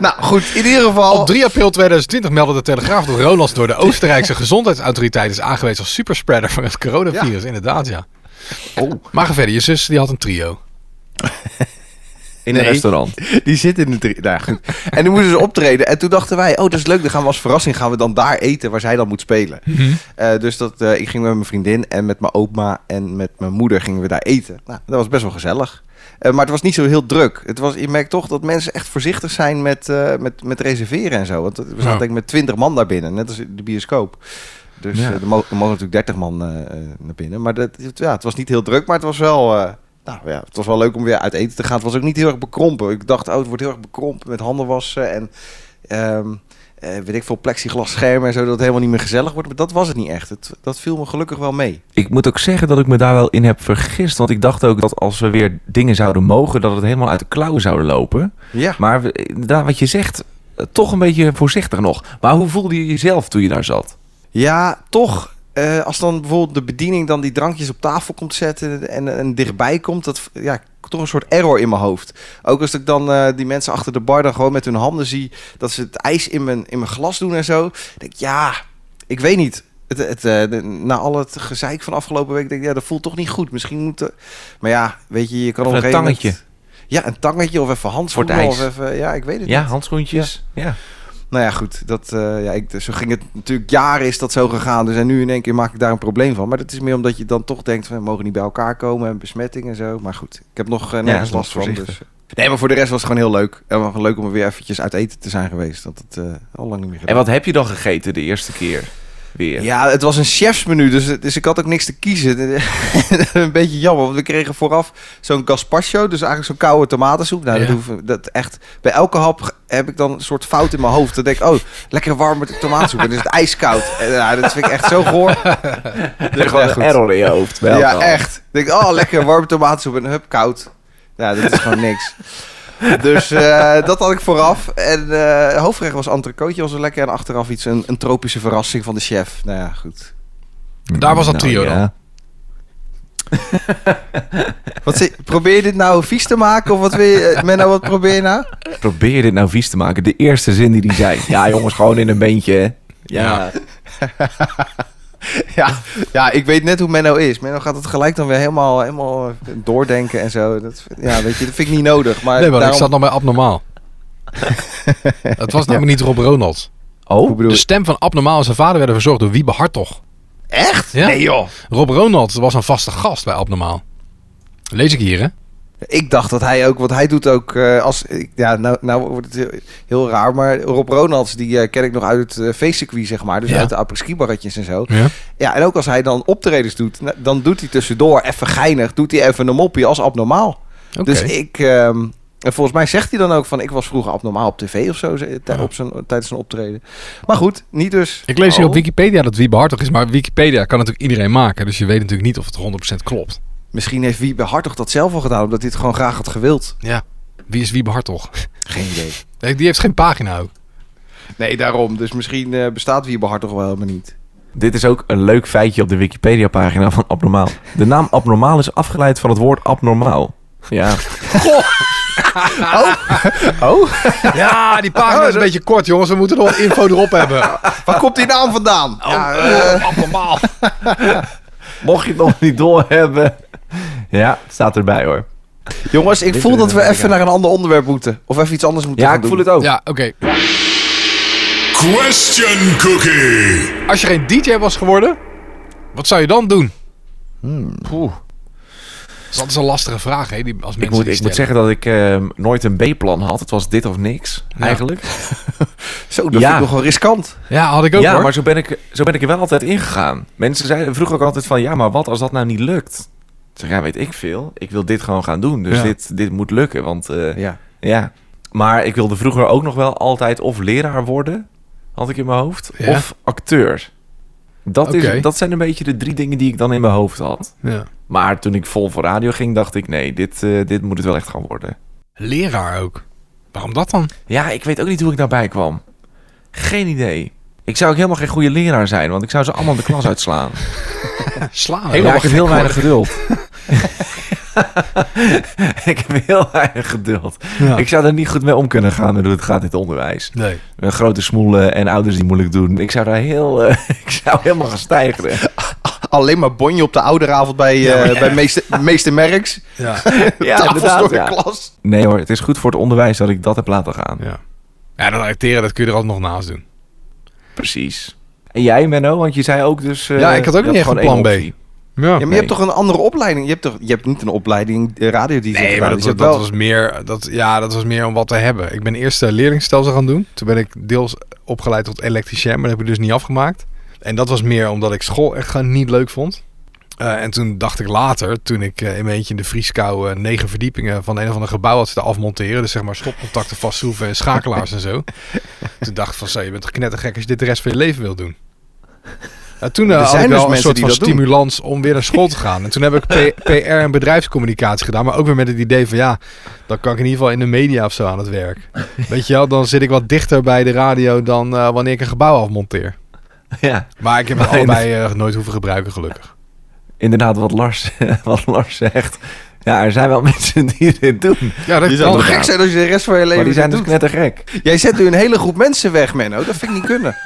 Speaker 3: nou goed. In ieder geval...
Speaker 4: Op 3 april 2020 meldde de Telegraaf dat Ronalds door de Oostenrijkse gezondheidsautoriteit is aangewezen als superspreader van het coronavirus. Inderdaad, ja.
Speaker 3: Oh.
Speaker 4: Maar ga verder, je zus die had een trio.
Speaker 5: In een
Speaker 3: Nee.
Speaker 5: restaurant.
Speaker 3: Die zit in de drie. Nou, goed. En toen moesten ze optreden. En toen dachten wij, oh, dat is leuk. Dan gaan we als verrassing gaan we dan daar eten waar zij dan moet spelen.
Speaker 4: Mhm.
Speaker 3: Eh, dus dat, eh, ik ging met mijn vriendin en met mijn oma en met mijn moeder gingen we daar eten. Nou, dat was best wel gezellig. Eh, maar het was niet zo heel druk. Het was, je merkt toch dat mensen echt voorzichtig zijn met, eh, met, met reserveren en zo. Want we zaten
Speaker 4: Ja.
Speaker 3: denk ik met twintig man daar binnen, net als in de bioscoop. Dus
Speaker 4: Ja.
Speaker 3: eh, er, mo- er mogen natuurlijk 30 man eh, eh, naar binnen. Maar dat, ja, het was niet heel druk, maar het was wel... eh, nou ja, het was wel leuk om weer uit eten te gaan. Het was ook niet heel erg bekrompen. Ik dacht, oh, het wordt heel erg bekrompen met handen wassen en ehm, eh, weet ik veel plexiglas schermen en zo, dat het helemaal niet meer gezellig wordt. Maar dat was het niet echt. Het, dat viel me gelukkig wel mee.
Speaker 5: Ik moet ook zeggen dat ik me daar wel in heb vergist. Want ik dacht ook dat als we weer dingen zouden mogen, dat het helemaal uit de klauwen zouden lopen.
Speaker 3: Ja.
Speaker 5: Maar we- inderdaad, wat je zegt, eh, toch een beetje voorzichtig nog. Maar hoe voelde je jezelf toen je daar zat?
Speaker 3: Ja, toch. eh, als dan bijvoorbeeld de bediening dan die drankjes op tafel komt zetten en, en dichtbij komt, dat ja, toch een soort error in mijn hoofd. Ook als ik dan eh, die mensen achter de bar dan gewoon met hun handen zie dat ze het ijs in mijn, in mijn glas doen en zo. Dan Denk ik, ja, ik weet niet. Het, het, eh, de- na al het gezeik van afgelopen week, denk ik, ja, dat voelt toch niet goed. Misschien moet. eh, maar ja, weet je, je kan op
Speaker 5: Even
Speaker 3: een
Speaker 5: een
Speaker 3: gegeven moment-
Speaker 5: tangetje.
Speaker 3: Ja, een tangetje of even handschoenen.
Speaker 5: Voor het
Speaker 3: of
Speaker 5: ijs.
Speaker 3: even, ja, ik weet het
Speaker 5: Ja,
Speaker 3: niet.
Speaker 5: handschoentjes. Ja.
Speaker 3: Nou ja, goed. Dat, eh, ja, ik, zo ging het natuurlijk. Jaren is dat zo gegaan. Dus en nu in één keer maak ik daar een probleem van. Maar dat is meer omdat je dan toch denkt... van, we mogen niet bij elkaar komen en besmetting en zo. Maar goed, ik heb nog eh, nergens
Speaker 5: dat
Speaker 3: last
Speaker 5: is
Speaker 3: van.
Speaker 5: voorzichtig.
Speaker 3: Dus. Nee, maar voor de rest was het gewoon heel leuk. En wel leuk om weer eventjes uit eten te zijn geweest. Dat het eh, al lang niet meer
Speaker 5: En
Speaker 3: gedaan.
Speaker 5: wat heb je dan gegeten de eerste keer weer?
Speaker 3: Ja, het was een chefsmenu, dus, dus ik had ook niks te kiezen. een beetje jammer, want we kregen vooraf zo'n gazpacho, dus eigenlijk zo'n koude tomatensoep. Nou,
Speaker 4: Ja.
Speaker 3: dat, hoef, dat echt, bij elke hap heb ik dan een soort fout in mijn hoofd. Dan denk ik, oh, lekker warme tomatensoep, en dan is het ijskoud. En, nou, dat vind ik echt zo goor.
Speaker 5: Er gewoon
Speaker 3: Ja,
Speaker 5: een
Speaker 3: goed.
Speaker 5: error in je hoofd. bij
Speaker 3: ja,
Speaker 5: elkaar.
Speaker 3: echt. Dan denk ik, oh, lekker warme tomatensoep, en hup, koud. Nou, dat is gewoon niks. Dus eh, dat had ik vooraf. En eh hoofdgerecht was entrecootje, was wel lekker. En achteraf iets, een, een tropische verrassing van de chef. Nou ja, goed.
Speaker 4: Daar was dat
Speaker 5: Nou,
Speaker 4: trio
Speaker 5: ja.
Speaker 4: dan.
Speaker 3: Wat zi- probeer je dit nou vies te maken? Of wat wil je, eh, Menno, wat probeer je nou?
Speaker 5: Probeer dit nou vies te maken. De eerste zin die die zei. Ja, jongens, gewoon in een beentje. hè.
Speaker 4: Ja.
Speaker 3: Ja, ja, ik weet net hoe Menno is. Menno gaat het gelijk dan weer helemaal, helemaal eh, doordenken en zo. Dat, vind- ja, weet je, dat vind ik niet nodig. Maar
Speaker 4: Nee, maar
Speaker 3: daarom-
Speaker 4: ik zat nog bij abnormaal. Het was namelijk niet Rob Ronalds.
Speaker 5: Oh,
Speaker 4: De stem van abnormaal en zijn vader werden verzorgd door Wiebe Hartog.
Speaker 3: Echt?
Speaker 4: Ja?
Speaker 3: Nee, joh.
Speaker 4: Rob Ronalds was een vaste gast bij abnormaal. Lees ik hier, hè?
Speaker 3: Ik dacht dat hij ook, want hij doet ook eh, als... ik- Ja, nou, nou wordt het heel, heel raar, maar Rob Ronalds, die eh, ken ik nog uit het eh, feestcircuit, zeg maar. Dus
Speaker 4: Ja.
Speaker 3: uit de apres barretjes en zo.
Speaker 4: Ja.
Speaker 3: Ja, en ook als hij dan optredens doet, nou, dan doet hij tussendoor even geinig, doet hij even een moppie als abnormaal.
Speaker 4: Oké.
Speaker 3: Dus ik, ehm, en volgens mij zegt hij dan ook van, ik was vroeger abnormaal op tv of zo ze- tij-
Speaker 4: Ja.
Speaker 3: op zijn, tijdens zijn optreden. Maar goed, niet dus.
Speaker 4: Ik lees hier
Speaker 5: Oh.
Speaker 4: op Wikipedia dat Wiebe Hartog is, maar Wikipedia kan natuurlijk iedereen maken. Dus je weet natuurlijk niet of het 100% klopt.
Speaker 3: Misschien heeft Wiebe Hartog dat zelf al gedaan, omdat hij het gewoon graag had gewild.
Speaker 4: Ja. Wie is Wiebe Hartog?
Speaker 3: Geen idee.
Speaker 4: Nee, Die heeft geen pagina ook.
Speaker 3: Nee, daarom. Dus misschien eh, bestaat Wiebe Hartog wel helemaal niet.
Speaker 5: dit is ook een leuk feitje op de Wikipedia-pagina van Abnormaal. De naam Abnormaal is afgeleid van het woord abnormaal. Ja,
Speaker 3: Oh,
Speaker 4: Ja, die
Speaker 5: Oh,
Speaker 4: pagina is een beetje kort, jongens. We moeten nog wat info erop hebben.
Speaker 3: waar komt die naam vandaan? Ja, eh,
Speaker 4: Abnormaal.
Speaker 5: mocht je het nog niet door hebben. Ja, het staat erbij hoor.
Speaker 3: jongens, ik voel dat we even naar een ander onderwerp moeten. Of even iets anders moeten
Speaker 5: Ja,
Speaker 3: gaan
Speaker 5: ik voel
Speaker 3: doen.
Speaker 5: het ook.
Speaker 4: Ja, oké.
Speaker 6: Question Cookie.
Speaker 4: Als
Speaker 5: Hmm.
Speaker 4: je geen DJ was geworden, wat zou je dan doen?
Speaker 5: Poeh.
Speaker 4: is altijd een lastige vraag, hè? Die, als mensen
Speaker 5: Ik moet,
Speaker 4: die
Speaker 5: ik moet
Speaker 4: stellen.
Speaker 5: zeggen dat ik ehm, nooit een B-plan had. Het was dit of niks, eigenlijk.
Speaker 3: Zo, dat
Speaker 5: Ja.
Speaker 3: vind ik nog wel riskant.
Speaker 4: Ja, had ik ook
Speaker 5: ja,
Speaker 4: hoor.
Speaker 5: maar zo ben, ik, zo ben ik er wel altijd ingegaan. Mensen zeiden, vroegen ook altijd van, ja, maar wat als dat nou niet lukt? Ik zeg, ja, weet ik veel. Ik wil dit gewoon gaan doen. Dus
Speaker 4: Ja.
Speaker 5: dit, dit moet lukken, want eh, ja.
Speaker 3: Ja.
Speaker 5: Maar ik wilde vroeger ook nog wel altijd of leraar worden, had ik in mijn hoofd,
Speaker 4: Ja.
Speaker 5: of acteur. Dat,
Speaker 4: Oké.
Speaker 5: is, dat zijn een beetje de drie dingen die ik dan in mijn hoofd had.
Speaker 4: Ja.
Speaker 5: Maar toen ik vol voor radio ging, dacht ik, nee, dit, eh, dit moet het wel echt gaan worden.
Speaker 4: Leraar ook. Waarom dat dan?
Speaker 5: Ja, ik weet ook niet hoe ik daarbij kwam. Geen idee. Ik zou ook helemaal geen goede leraar zijn, want ik zou ze allemaal de klas uitslaan.
Speaker 4: Oh, Slaan.
Speaker 5: ja, ik heb heel weinig geduld. ik heb heel weinig geduld.
Speaker 4: Ja.
Speaker 5: Ik zou daar niet goed mee om kunnen gaan hoe het gaat in het onderwijs.
Speaker 4: Nee.
Speaker 5: Met Eh, Grote smoelen en ouders die moeilijk doen. Ik zou daar heel... eh, ik zou helemaal gaan stijgen.
Speaker 3: Alleen maar bonje op de ouderavond bij, eh, bij meester, meester Merks.
Speaker 4: Ja.
Speaker 5: Ja,
Speaker 3: Tafels door
Speaker 5: inderdaad.
Speaker 3: de
Speaker 5: ja.
Speaker 3: klas.
Speaker 5: Nee hoor, het is goed voor het onderwijs dat ik dat heb laten gaan.
Speaker 4: ja. Ja, dat acteren, dat kun je er altijd nog naast doen.
Speaker 5: Precies. En jij Menno, want je zei ook dus... eh,
Speaker 4: Ja, ik had ook
Speaker 5: je
Speaker 4: niet echt
Speaker 5: gewoon
Speaker 4: een plan
Speaker 5: één
Speaker 4: B.
Speaker 5: optie.
Speaker 4: Ja.
Speaker 3: Ja, maar
Speaker 5: Nee.
Speaker 3: je hebt toch een andere opleiding? Je hebt, toch, je hebt niet een opleiding eh, radiodienst
Speaker 4: Nee, maar
Speaker 3: gedaan,
Speaker 4: dat,
Speaker 3: dus je
Speaker 4: was,
Speaker 3: hebt
Speaker 4: dat was meer, dat, ja, dat was meer om wat te hebben. Ik ben eerst eh, leerlingstelsel gaan doen. Toen ben ik deels opgeleid tot elektricien, maar dat heb ik dus niet afgemaakt. En dat was meer omdat ik school echt gewoon niet leuk vond. Eh, en toen dacht ik later, toen ik eh, in mijn eentje in de vrieskou eh, negen verdiepingen van een of ander gebouw had zitten afmonteren. Dus zeg maar stopcontacten vastschroeven en schakelaars en zo. Toen dacht ik van, zo, je bent toch knettergek als je dit de rest van je leven wilt doen. Nou, toen eh,
Speaker 3: Er
Speaker 4: had
Speaker 3: zijn
Speaker 4: ik
Speaker 3: dus
Speaker 4: wel een
Speaker 3: mensen
Speaker 4: soort
Speaker 3: die
Speaker 4: van
Speaker 3: dat doen.
Speaker 4: stimulans om weer naar school te gaan. En toen heb ik P- PR en bedrijfscommunicatie gedaan. Maar ook weer met het idee van ja, dan kan ik in ieder geval in de media of zo aan het werk. Weet je wel, dan zit ik wat dichter bij de radio dan eh, wanneer ik een gebouw afmonteer.
Speaker 5: Ja,
Speaker 4: Maar ik heb het
Speaker 5: Maar in de-
Speaker 4: allebei eh, nooit hoeven gebruiken, gelukkig.
Speaker 5: inderdaad wat Lars, wat Lars zegt. Ja, er zijn wel mensen die dit doen.
Speaker 4: Ja, dat
Speaker 3: Je zou toch gek zijn als je de rest van je
Speaker 5: Maar
Speaker 3: leven
Speaker 5: die
Speaker 3: dit
Speaker 5: zijn dus
Speaker 3: doet?
Speaker 5: knettergek.
Speaker 3: Jij zet nu een hele groep mensen weg, Menno. Dat vind ik niet kunnen.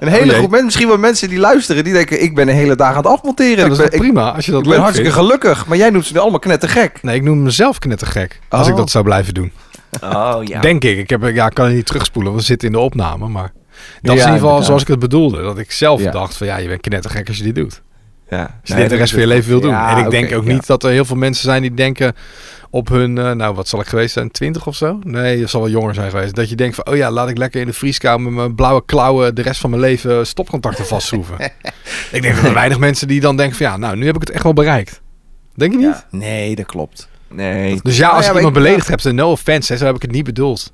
Speaker 3: Een hele groep mensen, misschien wel mensen die luisteren, die denken: ik ben een hele dag aan het afmonteren.
Speaker 4: dat is
Speaker 3: ik
Speaker 4: toch
Speaker 3: ben, ik,
Speaker 4: prima als je dat
Speaker 3: ik ben
Speaker 4: leuk
Speaker 3: hartstikke
Speaker 4: vindt.
Speaker 3: gelukkig, maar jij noemt ze nu allemaal knettergek.
Speaker 4: Nee, ik noem mezelf knettergek als ik
Speaker 3: Oh.
Speaker 4: dat zou blijven doen.
Speaker 5: Oh ja.
Speaker 4: Denk ik. Ik heb, ja, ik kan het niet terugspoelen, want we zitten in de opname. Maar dat
Speaker 5: Ja,
Speaker 4: is in ieder geval
Speaker 5: inderdaad.
Speaker 4: zoals ik het bedoelde. Dat ik zelf
Speaker 5: Ja.
Speaker 4: dacht van ja, je bent knettergek als je dit doet.
Speaker 5: ja.
Speaker 4: Als je dit de rest van je leven wil doen. en ik denk ook
Speaker 5: niet
Speaker 4: niet dat er heel veel mensen zijn die denken op hun, eh, nou wat zal ik geweest zijn, 20 of zo? Nee, je zal wel jonger zijn geweest. Dat je denkt van, oh ja, laat ik lekker in de vrieskou met mijn blauwe klauwen de rest van mijn leven stopcontacten vastschroeven. ik denk dat er weinig mensen die dan denken van, ja, nou nu heb ik het echt wel bereikt. Denk je niet?
Speaker 3: Nee, dat klopt.
Speaker 5: Nee.
Speaker 4: Dus ja,
Speaker 3: Nou
Speaker 4: als
Speaker 3: ja,
Speaker 4: ik
Speaker 3: maar
Speaker 4: iemand
Speaker 3: ik-
Speaker 4: beledigd heb, zijn no offense, hè, zo heb ik het niet bedoeld.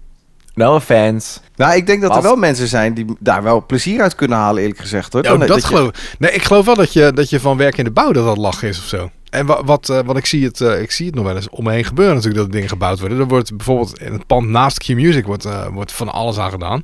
Speaker 5: No offense.
Speaker 3: Nou, ik denk dat er
Speaker 5: Wat?
Speaker 3: wel mensen zijn die daar wel plezier uit kunnen halen, eerlijk gezegd. Hoor.
Speaker 4: Ja, Nou, dat,
Speaker 3: je-
Speaker 4: geloof ik. Nee, ik geloof wel dat je, dat je van werk in de bouw dat dat lachen is of zo. En wa- wat, eh, wat ik, zie het, eh, ik zie het nog wel eens om me heen gebeuren natuurlijk, dat dingen gebouwd worden. Er wordt bijvoorbeeld in het pand naast Q-Music wordt, eh, wordt van alles aan gedaan.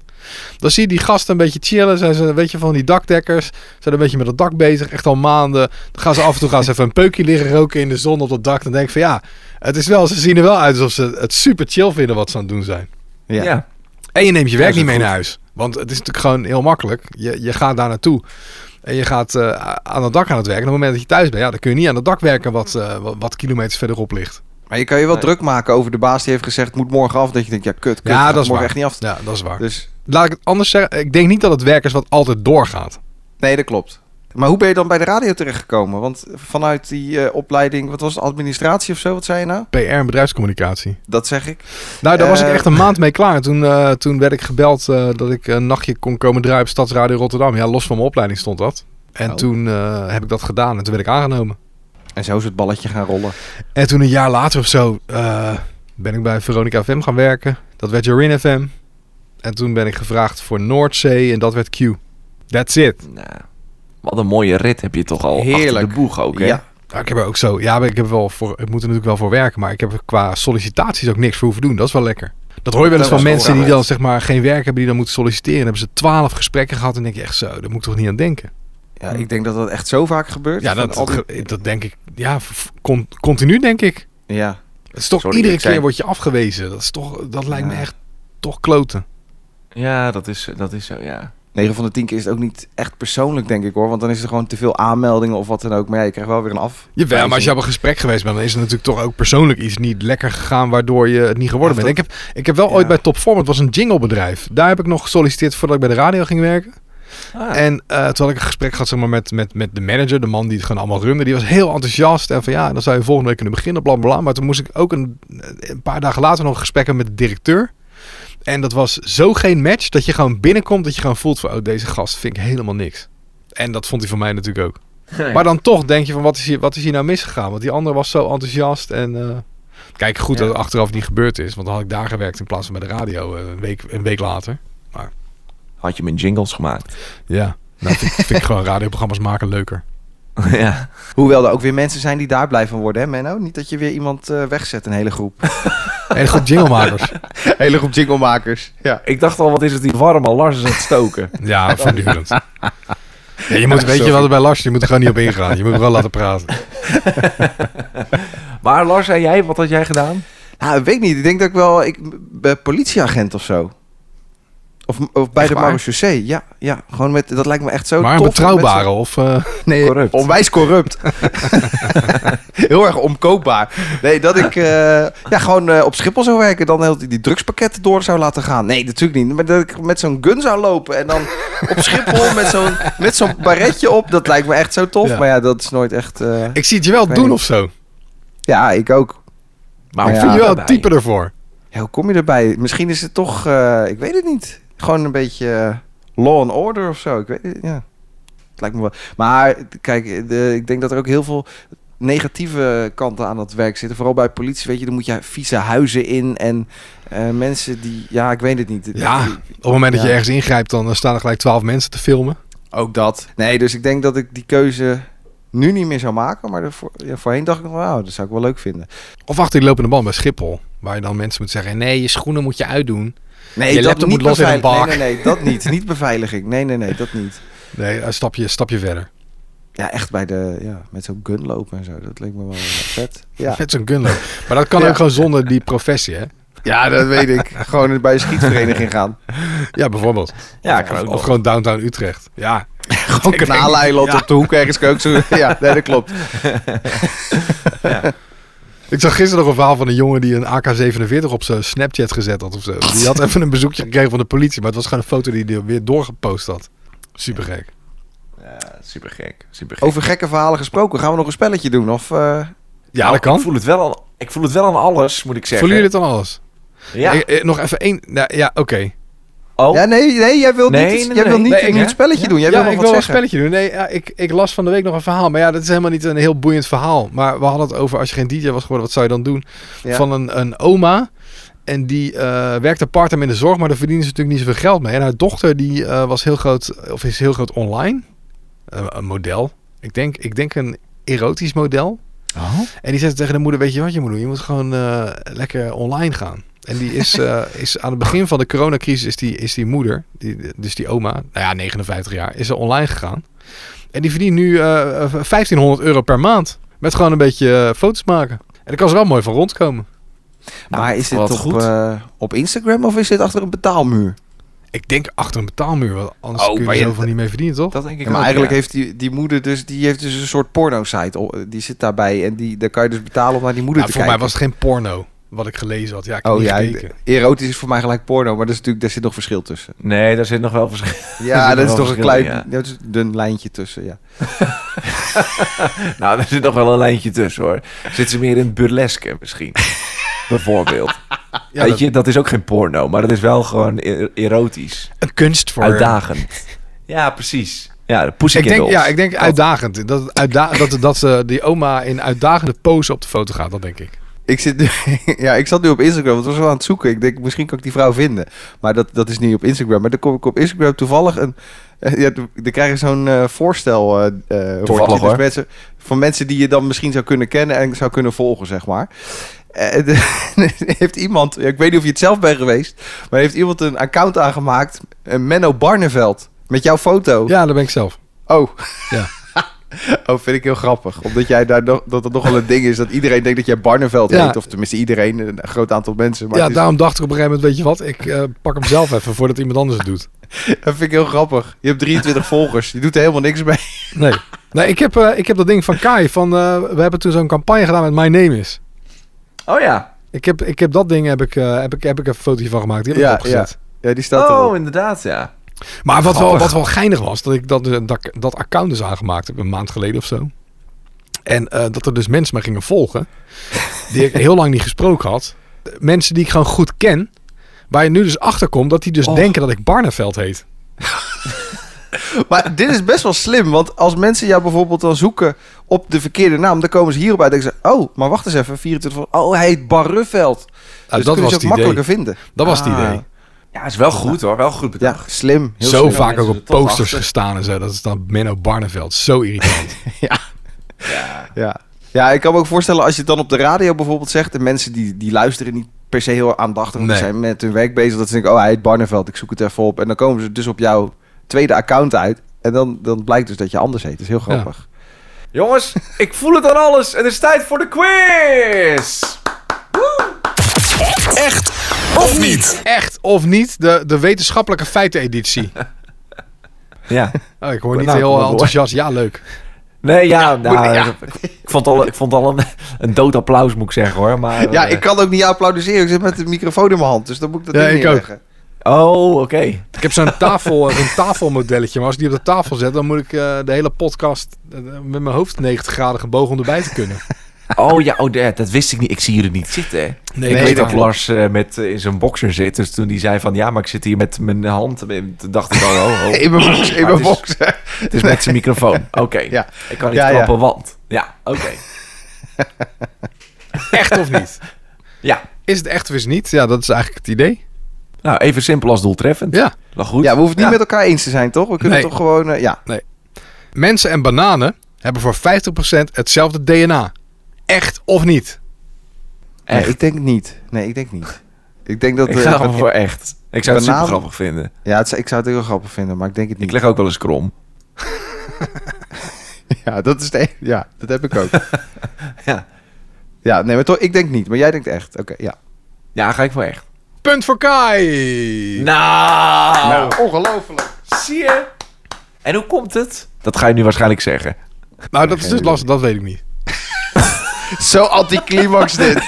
Speaker 4: Dan zie je die gasten een beetje chillen. Zijn ze een beetje van die dakdekkers. Zijn een beetje met het dak bezig. Echt al maanden. Dan gaan ze af en toe gaan ze even een peukje liggen roken in de zon op dat dak. Dan denk ik van ja, het is wel, ze zien er wel uit alsof ze het super chill vinden wat ze aan het doen zijn.
Speaker 3: Ja.
Speaker 5: Ja.
Speaker 4: En je neemt je werk
Speaker 5: Ja,
Speaker 4: niet
Speaker 5: is
Speaker 4: mee
Speaker 5: goed.
Speaker 4: naar huis. Want het is natuurlijk gewoon heel makkelijk. Je, je gaat daar naartoe. En je gaat eh, aan het dak aan het werken. En op het moment dat je thuis bent, ja, dan kun je niet aan het dak werken wat, eh, wat, wat kilometers verderop ligt.
Speaker 3: Maar je kan je wel druk maken over de baas die heeft gezegd: moet morgen af. Dat je denkt: ja, kut, kut
Speaker 4: ja,
Speaker 3: gaat
Speaker 4: dat is
Speaker 3: morgen
Speaker 4: waar.
Speaker 3: echt niet af.
Speaker 4: Ja, dat is waar.
Speaker 3: Dus
Speaker 4: Laat ik het anders zeggen. Ik denk niet dat het werk is wat altijd doorgaat.
Speaker 3: nee, dat klopt. Maar hoe ben je dan bij de radio terechtgekomen? Want vanuit die eh, opleiding, wat was het, administratie of zo, wat zei je nou?
Speaker 4: PR en bedrijfscommunicatie.
Speaker 3: Dat zeg ik.
Speaker 4: Nou, daar was ik
Speaker 3: Eh,
Speaker 4: echt een maand mee klaar. Toen, eh, toen werd ik gebeld eh, dat ik een nachtje kon komen draaien op Stadsradio Rotterdam. Ja, los van mijn opleiding stond dat. En
Speaker 3: Oh.
Speaker 4: toen eh, heb ik dat gedaan en toen werd ik aangenomen.
Speaker 3: En zo is het balletje gaan rollen.
Speaker 4: En toen een jaar later of zo eh, ben ik bij Veronica FM gaan werken. Dat werd Jorin FM. En toen ben ik gevraagd voor Noordzee en dat werd Q. That's it.
Speaker 5: Nou, wat een mooie rit heb je toch al achter
Speaker 3: Heerlijk.
Speaker 5: de boeg ook, hè?
Speaker 3: Ja.
Speaker 4: Nou, ik heb er ook zo. Ja, maar ik heb er wel voor. Ik moet er natuurlijk wel voor werken, maar ik heb er qua sollicitaties ook niks voor hoeven doen. Dat is wel lekker. Dat hoor je wel eens
Speaker 3: Dat
Speaker 4: van
Speaker 3: was
Speaker 4: mensen die
Speaker 3: vooruit.
Speaker 4: dan zeg maar geen werk hebben, die dan moeten solliciteren. Dan hebben ze twaalf gesprekken gehad en denk je echt zo, daar moet ik toch niet aan denken.
Speaker 3: Ja, ik denk dat dat echt zo vaak gebeurt.
Speaker 4: Hm. Ja,
Speaker 3: Van
Speaker 4: dat,
Speaker 3: al die-
Speaker 4: dat, dat denk ik. Ja, f- con- continu denk ik.
Speaker 3: ja.
Speaker 4: Het is toch
Speaker 5: Sorry,
Speaker 4: iedere
Speaker 5: ik
Speaker 4: keer
Speaker 5: zei-
Speaker 4: word je afgewezen. Dat is toch. Dat lijkt me
Speaker 3: Ja.
Speaker 4: echt toch kloten.
Speaker 5: Ja, dat is, eh, dat is zo, ja.
Speaker 3: 9 van de 10 keer is het ook niet echt persoonlijk, denk ik hoor. Want dan is er gewoon te veel aanmeldingen of wat dan ook. Maar ja, je krijgt wel weer een af.
Speaker 4: Jawel, maar als je op een gesprek geweest bent, dan is er natuurlijk toch ook persoonlijk iets niet lekker gegaan, waardoor je het niet geworden
Speaker 3: Ja,
Speaker 4: bent. Ik heb, ik heb wel
Speaker 3: ja.
Speaker 4: ooit bij Topform, het was een jinglebedrijf. Daar heb ik nog gesolliciteerd voordat ik bij de radio ging werken. En eh, toen had ik een gesprek gehad zeg maar, met, met, met de manager, de man die het gewoon allemaal runde. Die was heel enthousiast en van ja, dan zou je volgende week kunnen beginnen, bla bla bla. Maar toen moest ik ook een, eh, een paar dagen later nog een gesprek hebben met de directeur. En dat was zo geen match dat je gewoon binnenkomt, dat je gewoon voelt van oh, deze gast vind ik helemaal niks. En dat vond hij van mij natuurlijk ook. Maar dan toch denk je van wat is hier, wat is hier nou misgegaan? Want die ander was zo enthousiast en... eh, Kijk, goed dat het achteraf niet gebeurd is. Want dan had ik daar gewerkt in plaats van bij de radio eh, een, week, een week later.
Speaker 5: Had je mijn jingles gemaakt.
Speaker 4: Ja. Nou, vind, ik- vind ik gewoon radioprogramma's maken leuker.
Speaker 5: ja.
Speaker 3: Hoewel er ook weer mensen zijn die daar blij van worden, hè Menno? Niet dat je weer iemand eh, wegzet, een hele groep.
Speaker 4: En goed, jinglemakers.
Speaker 3: hele groep jinglemakers. Ja.
Speaker 5: Ik dacht al, wat is het die warm al? Lars is aan het stoken.
Speaker 4: Ja, voortdurend. Ja, je moet, weet je wat er bij Lars, je moet er gewoon niet op ingaan. Je moet hem gewoon laten praten.
Speaker 5: maar Lars, en jij, wat had jij gedaan?
Speaker 3: Nou, ik weet niet. Ik denk dat ik wel... Ik ben politieagent of zo. Of, of bij
Speaker 5: Echt
Speaker 3: de
Speaker 5: waar?
Speaker 3: marechaussee. Ja, ja. Gewoon met... Dat lijkt me echt zo
Speaker 4: Maar een
Speaker 3: tof.
Speaker 4: betrouwbare of... eh,
Speaker 3: Nee,
Speaker 5: Corrupt.
Speaker 3: onwijs corrupt. heel erg omkoopbaar. Nee, dat ik eh, ja, gewoon eh, op Schiphol zou werken. Dan heel die, die drugspakketten door zou laten gaan. Nee, natuurlijk niet. Maar dat ik met zo'n gun zou lopen. En dan op Schiphol met zo'n met zo'n baretje op. Dat lijkt me echt zo tof.
Speaker 4: Ja.
Speaker 3: Maar ja, dat is nooit echt... eh,
Speaker 4: ik zie het je wel
Speaker 3: weet
Speaker 4: doen
Speaker 3: niet.
Speaker 4: of zo.
Speaker 3: ja, ik ook.
Speaker 5: Maar
Speaker 4: Ik
Speaker 3: Ja,
Speaker 4: vind je wel
Speaker 5: daarbij.
Speaker 4: het type ervoor.
Speaker 3: Ja, hoe kom je erbij? Misschien is het toch... eh, ik weet het niet. Gewoon een beetje eh, law and order of zo. Ik weet het, ja. Het lijkt me wel. Maar kijk, de, ik denk dat er ook heel veel negatieve kanten aan dat werk zitten. Vooral bij politie, weet je, dan moet je vieze huizen in en eh, mensen die, ja, ik weet het niet.
Speaker 4: Ja, op het moment dat je
Speaker 3: Ja.
Speaker 4: ergens ingrijpt, dan eh, staan er gelijk twaalf mensen te filmen.
Speaker 3: Ook dat. Nee, dus ik denk dat ik die keuze nu niet meer zou maken, maar ervoor, ja, voorheen dacht ik nog, wauw, dat zou ik wel leuk vinden.
Speaker 4: Of achter die lopende band bij Schiphol. Waar je dan mensen moet zeggen, nee, je schoenen moet je uitdoen.
Speaker 3: Nee,
Speaker 4: Je laptop moet los in een
Speaker 3: beveilig-
Speaker 4: bak.
Speaker 3: Nee, nee, nee, dat niet. Niet beveiliging. Nee, nee, nee, dat niet.
Speaker 4: Nee, eh, stap je, stap je verder.
Speaker 3: Ja, echt bij de, ja, met zo'n gun lopen en zo. Dat leek me wel eh, vet. Ja,
Speaker 4: Met zo'n gunloop. Maar dat kan
Speaker 3: Ja.
Speaker 4: ook gewoon zonder die professie, hè?
Speaker 3: ja dat weet ik. Gewoon bij een schietvereniging gaan.
Speaker 4: Ja, bijvoorbeeld.
Speaker 3: Ja,
Speaker 4: of, of gewoon downtown Utrecht. Ja.
Speaker 3: Gewoon kanaaleiland op de hoek ergens. kan Ook zo, ja, nee, dat klopt.
Speaker 4: Ik zag gisteren nog een verhaal van een jongen die een AK-47 op zijn Snapchat gezet had of zo. Die had even een bezoekje gekregen van de politie, maar het was gewoon een foto die hij weer doorgepost had. Supergek.
Speaker 5: Super gek. Super
Speaker 3: Over gekke verhalen gesproken. Gaan we nog een spelletje doen? Of, eh,
Speaker 4: Ja, dat
Speaker 5: Nou, Oh, Ik
Speaker 4: kan.
Speaker 5: voel, het wel aan, ik voel het wel aan alles, moet ik zeggen.
Speaker 4: Voelen jullie dit dan alles?
Speaker 5: Ja.
Speaker 4: Eh, eh, nog even één. Nou, ja, oké.
Speaker 5: Oh,
Speaker 3: Ja, nee, nee, jij wil
Speaker 5: Nee,
Speaker 3: niet, jij
Speaker 5: nee,
Speaker 3: wil
Speaker 5: nee.
Speaker 3: niet
Speaker 4: Nee,
Speaker 3: een
Speaker 4: ik,
Speaker 3: nieuw
Speaker 4: hè?
Speaker 3: spelletje doen. Jij
Speaker 4: ja,
Speaker 3: wil nog
Speaker 4: ik
Speaker 3: wat
Speaker 4: wil een
Speaker 3: zeggen.
Speaker 4: spelletje doen. Nee, ja, ik, ik las van de week nog een verhaal. Maar ja, dat is helemaal niet een heel boeiend verhaal. Maar we hadden het over als je geen DJ was geworden, wat zou je dan doen?
Speaker 3: Ja.
Speaker 4: Van een, een oma. En die eh, werkte part-time in de zorg, maar daar verdienen ze natuurlijk niet zoveel geld mee. En haar dochter die eh, was heel groot, of is heel groot online. Eh, een model. Ik denk, ik denk een erotisch model. En die zegt tegen de moeder, weet je wat je moet doen? Je moet gewoon eh, lekker online gaan. En die is, eh, is aan het begin van de coronacrisis, is die, is die moeder, die, dus die oma, nou ja, 59 jaar, is er online gegaan. En die verdient nu eh, 1500 euro per maand. Met gewoon een beetje eh, foto's maken. En daar kan ze wel mooi van rondkomen.
Speaker 3: Maar is dit
Speaker 5: Wat
Speaker 3: op,
Speaker 5: goed.
Speaker 3: eh, op Instagram of is dit achter een betaalmuur?
Speaker 4: Ik denk achter een betaalmuur, want anders
Speaker 5: Oh,
Speaker 4: kun
Speaker 5: maar
Speaker 4: je
Speaker 5: je-
Speaker 4: zoveel niet mee verdienen, toch?
Speaker 5: dat denk ik
Speaker 3: Ja, maar eigenlijk heeft die, die moeder dus, die heeft dus een soort porno-site. Oh, Die zit daarbij en die, daar kan je dus betalen om naar die moeder
Speaker 4: Nou,
Speaker 3: te
Speaker 4: voor mij
Speaker 3: kijken.
Speaker 4: was het geen porno, wat ik gelezen had. Ja, ik heb
Speaker 3: Oh
Speaker 4: niet
Speaker 3: ja,
Speaker 4: gekeken.
Speaker 3: erotisch is voor mij gelijk porno, maar dat is natuurlijk, daar zit nog verschil tussen.
Speaker 5: Nee, daar zit nog wel verschil.
Speaker 3: Ja,
Speaker 5: zit
Speaker 3: dat is
Speaker 5: nog
Speaker 3: toch
Speaker 5: wel
Speaker 3: een klein,
Speaker 5: verschil,
Speaker 3: dat is een dun lijntje tussen. Ja.
Speaker 5: Nou, daar zit nog wel een lijntje tussen hoor. Zit ze meer in burleske misschien? Bijvoorbeeld.
Speaker 4: Ja,
Speaker 5: Weet
Speaker 4: dat-
Speaker 5: je, dat is ook geen porno, maar dat is wel gewoon er- erotisch.
Speaker 4: Een kunst voor...
Speaker 5: Uitdagend. Ja, precies. Ja, de Pussycat
Speaker 4: Ik denk,
Speaker 5: Dolls.
Speaker 4: ja, ik denk uitdagend. Dat, het uitda dat, dat ze die oma in uitdagende pose op de foto gaat, dat denk ik.
Speaker 3: Ik, zit nu, ja, ik zat nu op Instagram, want ik was wel aan het zoeken. Ik denk, misschien kan ik die vrouw vinden. Maar dat, dat is niet op Instagram. Maar dan kom ik op Instagram toevallig een... eh, Ja, dan krijg je zo'n eh, voorstel eh, eh, bordje. Dus
Speaker 5: hoor.
Speaker 3: mensen, van mensen die je dan misschien zou kunnen kennen en zou kunnen volgen, zeg maar. Eh, de- heeft iemand, ja, ik weet niet of je het zelf bent geweest, maar heeft iemand een account aangemaakt, een Menno Barneveld, met jouw foto.
Speaker 4: Ja, dat ben ik zelf.
Speaker 3: Oh.
Speaker 4: Ja.
Speaker 3: Oh, vind ik heel grappig. Omdat jij daar nog, dat het nogal een ding is dat iedereen denkt dat jij Barneveld
Speaker 4: Ja.
Speaker 3: heet. Of tenminste iedereen, een groot aantal mensen. Maar
Speaker 4: ja,
Speaker 3: het is-
Speaker 4: daarom dacht ik op een gegeven moment, weet je wat, ik eh, pak hem zelf even voordat iemand anders het doet.
Speaker 3: dat vind ik heel grappig. Je hebt 23 volgers. Je doet er helemaal niks mee.
Speaker 4: Nee, nee ik, heb, eh, ik heb dat ding van Kai, van, eh, we hebben toen zo'n campagne gedaan met My Name Is.
Speaker 5: Oh ja.
Speaker 4: Ik heb, ik heb dat ding, heb ik, eh, heb ik, heb ik een fotootje van gemaakt, die heb ik
Speaker 3: Ja,
Speaker 4: opgezet.
Speaker 3: Ja, die staat
Speaker 5: Oh,
Speaker 3: erop.
Speaker 5: inderdaad, ja.
Speaker 4: Maar wat wel, wat wel geinig was, dat ik dat, eh, dat, dat account dus aangemaakt heb een maand geleden of zo. En eh, dat er dus mensen mij gingen volgen, die ik heel lang niet gesproken had. Mensen die ik gewoon goed ken, waar je nu dus achter komt dat die dus denken dat ik Barneveld heet.
Speaker 3: Maar dit is best wel slim, want als mensen jou bijvoorbeeld dan zoeken op de verkeerde naam, dan komen ze hierop uit en denken ze, oh, maar wacht eens even, 24 van, oh, hij heet Barruffeld. dus
Speaker 4: dat
Speaker 3: dat kunnen
Speaker 4: was
Speaker 3: ze
Speaker 4: het
Speaker 3: ook
Speaker 4: idee.
Speaker 3: makkelijker vinden.
Speaker 4: Dat was het
Speaker 3: Ah.
Speaker 4: idee.
Speaker 5: Ja, is wel goed hoor. Wel goed
Speaker 3: Ja,
Speaker 5: bedacht.
Speaker 3: slim. Heel
Speaker 4: zo
Speaker 3: slim.
Speaker 4: vaak ook
Speaker 5: mensen
Speaker 4: op
Speaker 5: er toch
Speaker 4: posters
Speaker 5: achter.
Speaker 4: gestaan en zo. Dat is dan Menno Barneveld. Zo irritant.
Speaker 3: Ja. ja, ik kan me ook voorstellen als je het dan op de radio bijvoorbeeld zegt... en mensen die, die luisteren niet per se heel aandachtig... want die
Speaker 4: Nee.
Speaker 3: zijn met hun werk bezig, dat ze denken... oh, hij heet Barneveld, ik zoek het even op. En dan komen ze dus op jouw tweede account uit... en dan, dan blijkt dus dat je anders heet. Dat is heel grappig.
Speaker 5: Jongens, ik voel het aan alles. Het is tijd voor de quiz.
Speaker 6: Of niet?
Speaker 4: Echt of niet, de, de wetenschappelijke feiteneditie.
Speaker 5: Ja.
Speaker 4: Oh, ik hoor niet
Speaker 5: Nou, kom
Speaker 4: heel
Speaker 5: op, hoor.
Speaker 4: enthousiast. Ja, leuk.
Speaker 5: Nee, ja. nou, Ik, ik vond al, ik vond al een, een dood applaus, moet ik zeggen hoor. Maar,
Speaker 3: Ja,
Speaker 5: eh,
Speaker 3: ik kan ook niet applaudisseren. Ik zit met de microfoon in mijn hand, dus dan moet ik dat
Speaker 4: Ja,
Speaker 3: niet
Speaker 4: ik ook.
Speaker 3: neerleggen.
Speaker 5: Oh, oké.
Speaker 4: Ik heb zo'n tafel, eh, zo'n tafelmodelletje. Maar als ik die op de tafel zet, dan moet ik eh, de hele podcast eh, met mijn hoofd 90 graden gebogen om erbij te kunnen.
Speaker 5: Oh ja, oh, dat, dat wist ik niet. Ik zie jullie niet zitten. hè. ik
Speaker 4: dat
Speaker 5: weet dat
Speaker 4: klopt.
Speaker 5: Lars eh, met, eh, in zijn boxer zit. Dus toen hij zei van ja, maar ik zit hier met mijn hand. eh, Toen dacht ik al, oh, oh.
Speaker 3: In mijn box, in
Speaker 5: Maar
Speaker 3: mijn
Speaker 5: het is-
Speaker 3: box.
Speaker 5: Het is met zijn microfoon. Oké.
Speaker 3: Ja.
Speaker 5: Ik kan niet
Speaker 3: Ja, ja.
Speaker 5: klappen, want. Ja, oké.
Speaker 4: Echt of niet?
Speaker 5: Ja.
Speaker 4: Is het echt of is het niet? Ja, dat is eigenlijk het idee.
Speaker 5: Nou, even simpel als doeltreffend.
Speaker 4: Ja.
Speaker 5: Nou, goed.
Speaker 3: Ja, we hoeven het niet
Speaker 5: Ja.
Speaker 3: met elkaar eens te zijn, toch? We kunnen
Speaker 4: Nee.
Speaker 3: toch gewoon... eh, ja.
Speaker 4: Mensen en bananen hebben voor 50% hetzelfde DNA. Echt of niet?
Speaker 3: Nee,
Speaker 5: Echt.
Speaker 3: ik denk niet. Nee, ik denk niet. Ik denk dat...
Speaker 5: Ik
Speaker 3: eh,
Speaker 5: ga
Speaker 3: dat-
Speaker 5: hem voor echt. Ik zou het
Speaker 3: Banaan-
Speaker 5: super grappig vinden.
Speaker 3: ja, het zou- ik zou het heel grappig vinden, maar ik denk het niet.
Speaker 5: Ik leg ook wel eens krom.
Speaker 3: Ja, dat is de, ja, dat heb ik ook.
Speaker 5: Ja.
Speaker 3: Ja, nee, maar toch, ik denk niet, maar jij denkt echt. Oké, ja.
Speaker 5: Ja, ga ik voor echt.
Speaker 4: Punt voor Kai!
Speaker 5: Nou,
Speaker 3: Ongelooflijk.
Speaker 5: zie je. En hoe komt het? Dat ga je nu waarschijnlijk zeggen.
Speaker 4: nou, dat is dus lastig. Dat weet ik niet.
Speaker 3: Zo anticlimax dit.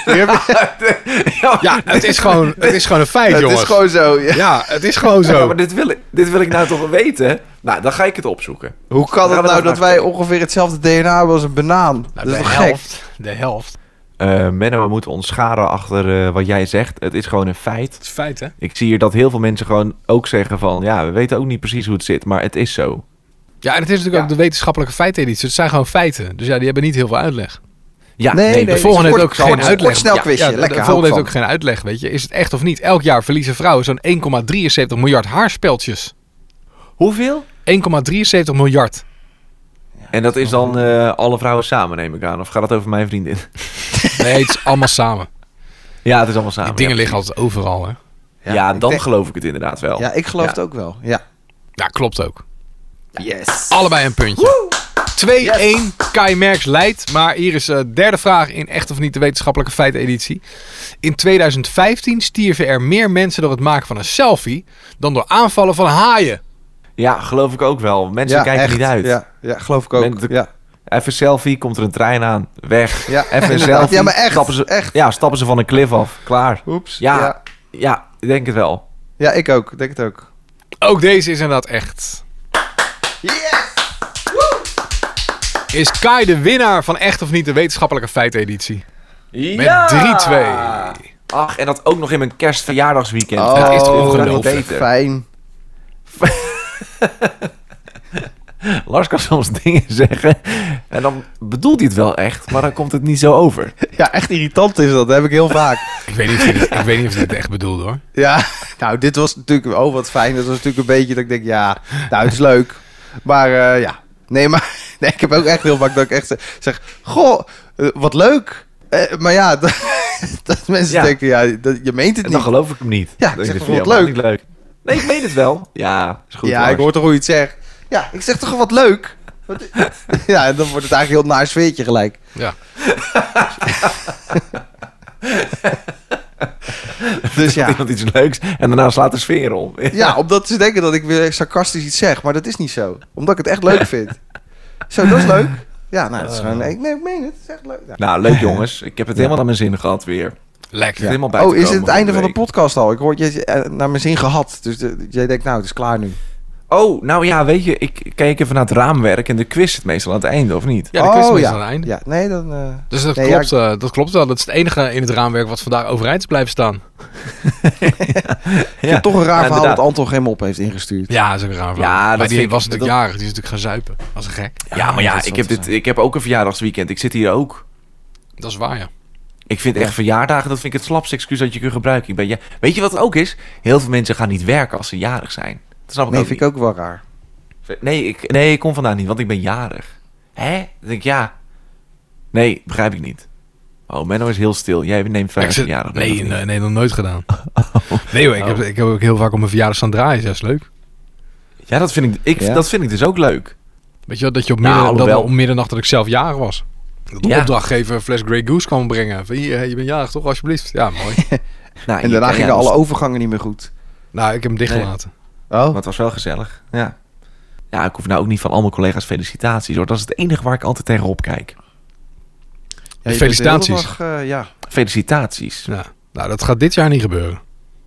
Speaker 4: Ja, het is gewoon, het is gewoon een feit,
Speaker 3: het
Speaker 4: jongens.
Speaker 3: is gewoon zo. ja.
Speaker 4: Ja, het is gewoon
Speaker 5: Ja,
Speaker 4: zo.
Speaker 5: maar dit wil, ik, dit wil ik nou toch wel weten? Nou, dan ga ik het opzoeken.
Speaker 3: Hoe kan
Speaker 5: Gaan
Speaker 3: het
Speaker 5: we
Speaker 3: nou
Speaker 5: dat
Speaker 3: dat wij ongeveer hetzelfde DNA hebben als een banaan? dat is
Speaker 4: de
Speaker 3: toch gek?
Speaker 4: helft. De helft.
Speaker 5: Eh Menno, we moeten ons scharen achter eh, wat jij zegt. Het is gewoon een feit.
Speaker 4: Het is feit, hè?
Speaker 5: Ik zie hier dat heel veel mensen gewoon ook zeggen van... Ja, we weten ook niet precies hoe het zit, maar het is zo.
Speaker 4: Ja, en het is natuurlijk ook de wetenschappelijke feiteneditie. Het zijn gewoon feiten. Dus ja, die hebben niet heel veel uitleg.
Speaker 5: Ja,
Speaker 3: Nee, nee,
Speaker 4: De
Speaker 3: dus
Speaker 4: volgende
Speaker 3: een
Speaker 4: heeft ook
Speaker 3: kort-
Speaker 4: geen
Speaker 3: kort-
Speaker 4: uitleg.
Speaker 3: kort snel quizje,
Speaker 4: de-
Speaker 3: lekker,
Speaker 4: De
Speaker 3: hou ik
Speaker 4: volgende heeft ook
Speaker 3: van.
Speaker 4: geen uitleg, weet je. Is het echt of niet? Elk jaar verliezen vrouwen zo'n 1,73 miljard haarspeltjes.
Speaker 5: Hoeveel?
Speaker 4: 1,73 miljard.
Speaker 5: En dat is dan eh, alle vrouwen samen, neem ik aan. Of gaat dat over mijn vriendin?
Speaker 4: Nee, het is allemaal
Speaker 3: Ah,
Speaker 4: samen.
Speaker 5: Ja, het is allemaal samen.
Speaker 4: Die dingen
Speaker 5: ja.
Speaker 4: liggen altijd overal, hè.
Speaker 5: Ja,
Speaker 3: ik
Speaker 5: dan
Speaker 3: denk-
Speaker 5: geloof ik het inderdaad wel.
Speaker 3: Ja, ik geloof
Speaker 5: Ja.
Speaker 3: het ook wel. Ja.
Speaker 4: Ja, klopt ook.
Speaker 3: Yes.
Speaker 4: Allebei een puntje. 2-1, Kai Merks leidt. Maar hier is de derde vraag in Echt of Niet, de wetenschappelijke feiteneditie. In 2015 stierven er meer mensen door het maken van een selfie... dan door aanvallen van haaien.
Speaker 5: Ja, geloof ik ook wel. Mensen kijken
Speaker 3: echt.
Speaker 5: niet uit.
Speaker 3: Ja, ja, geloof ik ook.
Speaker 5: Men- de-
Speaker 3: ja.
Speaker 5: Even een selfie, komt er een trein aan, weg.
Speaker 3: Ja,
Speaker 5: Even een
Speaker 3: inderdaad.
Speaker 5: selfie.
Speaker 3: Ja, maar echt,
Speaker 5: Stappen ze,
Speaker 3: echt.
Speaker 5: Ja, stappen ze van een klif af. Klaar.
Speaker 3: Oeps.
Speaker 5: Ja,
Speaker 3: ja.
Speaker 5: ja. ik denk het wel.
Speaker 3: Ja, ik ook. Ik Denk het ook.
Speaker 4: Ook deze is inderdaad echt. Is Kai de winnaar van Echt of Niet, de wetenschappelijke feiteneditie? Met 3-2.
Speaker 5: Ach, en dat ook nog in mijn kerstverjaardagsweekend.
Speaker 3: Oh.
Speaker 4: dat is toch
Speaker 5: kan
Speaker 4: ongelooflijk.
Speaker 5: niet beter.
Speaker 3: Fijn.
Speaker 5: Lars kan soms dingen zeggen en dan bedoelt hij het wel echt, maar dan komt het niet zo over.
Speaker 3: Ja, echt irritant is dat. Dat heb ik heel vaak.
Speaker 4: Ik weet niet of je dit, ik weet niet of je dit echt bedoelde hoor.
Speaker 3: Ja, nou, dit was natuurlijk... Oh, wat fijn. Dat was natuurlijk een beetje dat ik denk... Ja, nou, het is leuk. Maar eh, ja. Nee, maar nee, ik heb ook echt heel vaak dat ik echt zeg- zeg... Goh, eh, wat leuk. Eh, maar ja, dat, dat mensen
Speaker 5: Ja.
Speaker 3: denken... Ja, dat, je meent het
Speaker 5: En dan
Speaker 3: niet.
Speaker 5: geloof ik hem niet.
Speaker 3: Ja,
Speaker 5: Dan
Speaker 3: ik zeg,
Speaker 5: denk
Speaker 3: vond het
Speaker 5: helemaal
Speaker 3: leuk.
Speaker 5: niet leuk. Nee, ik meen het wel. Ja, is goed.
Speaker 3: ja,
Speaker 5: Lars.
Speaker 3: ik hoor toch hoe je het zegt. Ja, ik zeg toch wat leuk. Wat- Ja, en dan wordt het eigenlijk een heel naar sfeertje gelijk.
Speaker 4: Ja.
Speaker 3: Dus ja,
Speaker 5: Iemand iets leuks en daarna slaat de sfeer om.
Speaker 3: ja, omdat ze denken dat ik weer sarcastisch iets zeg. Maar dat is niet zo. Omdat ik het echt leuk vind. Zo, dat is leuk. Ja, nou, dat
Speaker 4: Oh.
Speaker 3: is gewoon... Nee, ik- nee, ik meen het. Het is echt leuk. Ja.
Speaker 5: Nou, leuk jongens. Ik heb het helemaal aan mijn zin gehad weer.
Speaker 4: Lekker.
Speaker 5: Ja. Helemaal bij
Speaker 3: Oh,
Speaker 5: te
Speaker 3: is het
Speaker 5: komen
Speaker 3: het einde
Speaker 5: voor
Speaker 3: van de
Speaker 5: week.
Speaker 3: podcast al? Ik hoor je eh, naar mijn zin gehad. Dus de- jij denkt, eh, nou, het is klaar nu.
Speaker 5: Oh, nou ja, weet je, ik kijk even naar het raamwerk en de quiz zit meestal aan het einde, of niet?
Speaker 4: Ja, de quiz is
Speaker 3: Oh, ja.
Speaker 4: meestal aan het einde.
Speaker 3: Ja, nee, dan... eh,
Speaker 4: Dus dat,
Speaker 3: Nee,
Speaker 4: klopt, eh, dat klopt wel. Dat is het enige in het raamwerk wat vandaag overeind is blijven staan.
Speaker 3: Ik vind het toch een raar
Speaker 5: Ja,
Speaker 3: verhaal
Speaker 5: inderdaad.
Speaker 3: dat Anton geen op heeft ingestuurd.
Speaker 4: Ja, dat is ook een raar verhaal.
Speaker 5: Ja,
Speaker 4: maar
Speaker 5: dat
Speaker 4: die
Speaker 5: vind ik-
Speaker 4: was natuurlijk
Speaker 5: dat-
Speaker 4: jarig. Die is natuurlijk gaan zuipen. Als een gek.
Speaker 5: Ja, maar ja,
Speaker 4: dat
Speaker 5: ik
Speaker 4: zal
Speaker 5: heb,
Speaker 4: te
Speaker 5: dit,
Speaker 4: zijn.
Speaker 5: ik heb ook een verjaardagsweekend. Ik zit hier ook.
Speaker 4: Dat is waar, ja.
Speaker 5: Ik vind echt verjaardagen, dat vind ik het slapste excuus dat je kunt gebruiken. Ik ben, ja, weet je wat het ook is? Heel veel mensen gaan niet werken als ze jarig zijn. Dat snap ik
Speaker 3: Nee,
Speaker 5: ook
Speaker 3: vind ik ook wel raar.
Speaker 5: niet. Nee, ik, nee, ik kom vandaag niet, want ik ben jarig. Hè? Dan denk ik, ja. Nee, begrijp ik niet. Oh, Menno is heel stil. Jij neemt
Speaker 4: Ik zit-
Speaker 5: 50 jaar.
Speaker 4: nee, nee, nee, nog nooit gedaan.
Speaker 5: Oh.
Speaker 4: Nee hoor, ik, heb, ik heb ook heel vaak op mijn verjaardag staan draaien. Dat is leuk.
Speaker 5: Ja, dat vind, ik, ik,
Speaker 3: Ja.
Speaker 5: dat vind ik dus ook leuk.
Speaker 4: Weet je wel, dat je op,
Speaker 5: Nou,
Speaker 4: midden, dat
Speaker 5: alhoewel.
Speaker 4: om middernacht dat ik zelf jarig was. Dat de
Speaker 5: Ja.
Speaker 4: opdrachtgever een fles Grey Goose kwam brengen. Van hier, hè, je bent jarig toch, alsjeblieft. Ja, mooi.
Speaker 5: Nou,
Speaker 3: En
Speaker 5: je-
Speaker 3: daarna
Speaker 5: ja,
Speaker 3: gingen
Speaker 5: dat
Speaker 3: alle
Speaker 5: was-
Speaker 3: overgangen niet meer goed.
Speaker 4: nou, ik heb hem dichtgelaten.
Speaker 3: Oh?
Speaker 5: Maar het was wel gezellig. Ja. Ja, ik hoef nou ook niet van al mijn collega's felicitaties hoor. Dat is het enige waar ik altijd tegenop kijk.
Speaker 4: Felicitaties.
Speaker 3: eh, ja.
Speaker 5: Felicitaties.
Speaker 4: Ja. Nou, dat gaat dit jaar niet gebeuren.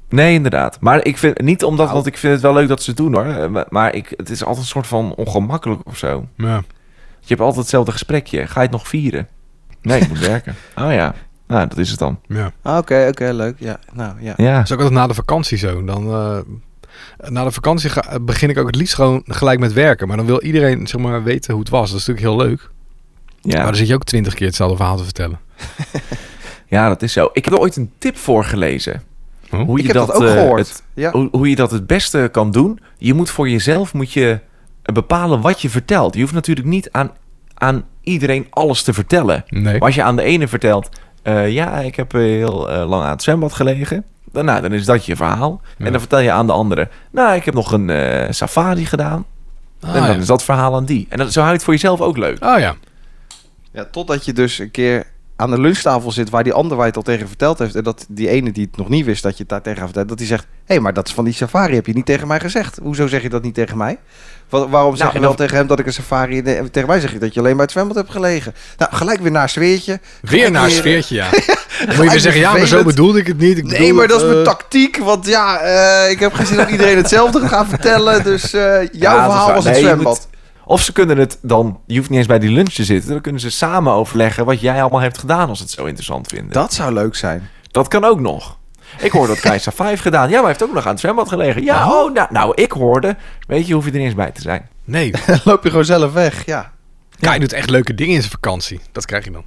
Speaker 5: Nee, inderdaad. Maar ik vind niet omdat, want ik vind het wel leuk dat ze het doen hoor. Eh, maar- Maar ik, het is altijd een soort van ongemakkelijk of zo.
Speaker 4: Ja.
Speaker 5: Je hebt altijd hetzelfde gesprekje. Ga je het nog vieren? Nee, ik moet werken. Oh ja. Nou, dat is het dan.
Speaker 4: ja.
Speaker 3: Ah, Oké, oké, leuk. Ja, nou ja.
Speaker 5: Ja.
Speaker 4: Dat is ook altijd na de vakantie zo. Dan, eh, na de vakantie ga- eh, begin ik ook het liefst gewoon gelijk met werken. Maar dan wil iedereen zeg maar, weten hoe het was. Dat is natuurlijk heel leuk. Maar
Speaker 5: Ja.
Speaker 4: dan zit je ook twintig keer hetzelfde verhaal te vertellen.
Speaker 5: ja, dat is zo. Ik heb er ooit een tip voor gelezen.
Speaker 4: Oh.
Speaker 5: Hoe
Speaker 3: Ik heb dat, ook
Speaker 5: eh,
Speaker 3: gehoord.
Speaker 5: het-
Speaker 3: ja.
Speaker 5: hoe, hoe je dat het beste kan doen. Je moet voor jezelf moet je bepalen wat je vertelt. Je hoeft natuurlijk niet aan, aan iedereen alles te vertellen.
Speaker 4: Nee.
Speaker 5: Maar als je aan de ene vertelt, eh, ja, ik heb eh, heel eh, lang aan het zwembad gelegen. Dan, nou, dan is dat je verhaal.
Speaker 4: Ja.
Speaker 5: En dan vertel je aan de andere, nou, ik heb nog een eh, safari gedaan.
Speaker 4: Ah,
Speaker 5: en dan
Speaker 4: ja.
Speaker 5: is dat verhaal aan die. En dat, zo hou je het voor jezelf ook leuk.
Speaker 4: Oh ja.
Speaker 3: ja. Totdat je dus een keer aan de lunchtafel zit waar die ander waar je het al tegen verteld heeft. En dat die ene die het nog niet wist dat je het daar tegen had verteld. Dat die zegt, hé, hey, maar dat is van die safari heb je niet tegen mij gezegd. Hoezo zeg je dat niet tegen mij? Wa- waarom zeg
Speaker 5: Nou,
Speaker 3: je
Speaker 5: en
Speaker 3: wel
Speaker 5: dan-
Speaker 3: tegen hem dat ik een safari... Nee, en tegen mij zeg je dat je alleen bij het zwembad hebt gelegen. Nou, gelijk weer naar sfeertje.
Speaker 4: Weer naar een sfeertje, ja. Dan moet je weer zeggen, ja, maar zo
Speaker 3: vervelend.
Speaker 4: bedoelde ik het niet. Ik
Speaker 3: Nee,
Speaker 4: bedoel
Speaker 3: maar dat is
Speaker 4: eh,
Speaker 3: mijn tactiek. Want ja, eh, ik heb geen zin dat iedereen hetzelfde gaat vertellen. Dus eh, jouw
Speaker 5: Ja, dat is
Speaker 3: verhaal
Speaker 5: waar.
Speaker 3: was het
Speaker 5: Nee, je
Speaker 3: zwembad.
Speaker 5: moet- of ze kunnen het dan, je hoeft niet eens bij die lunch te zitten. Dan kunnen ze samen overleggen wat jij allemaal hebt gedaan als ze het zo interessant vinden.
Speaker 3: Dat zou leuk zijn.
Speaker 5: Dat kan ook nog. Ik hoorde dat Kajsa 5 gedaan. Ja, maar hij heeft ook nog aan het zwembad gelegen. Ja, oh, nou, nou, ik hoorde. Weet je, hoef je er niet eens bij te zijn.
Speaker 4: Nee,
Speaker 3: Dan loop je gewoon zelf weg, ja.
Speaker 4: Kai doet echt leuke dingen in zijn vakantie. Dat krijg je dan.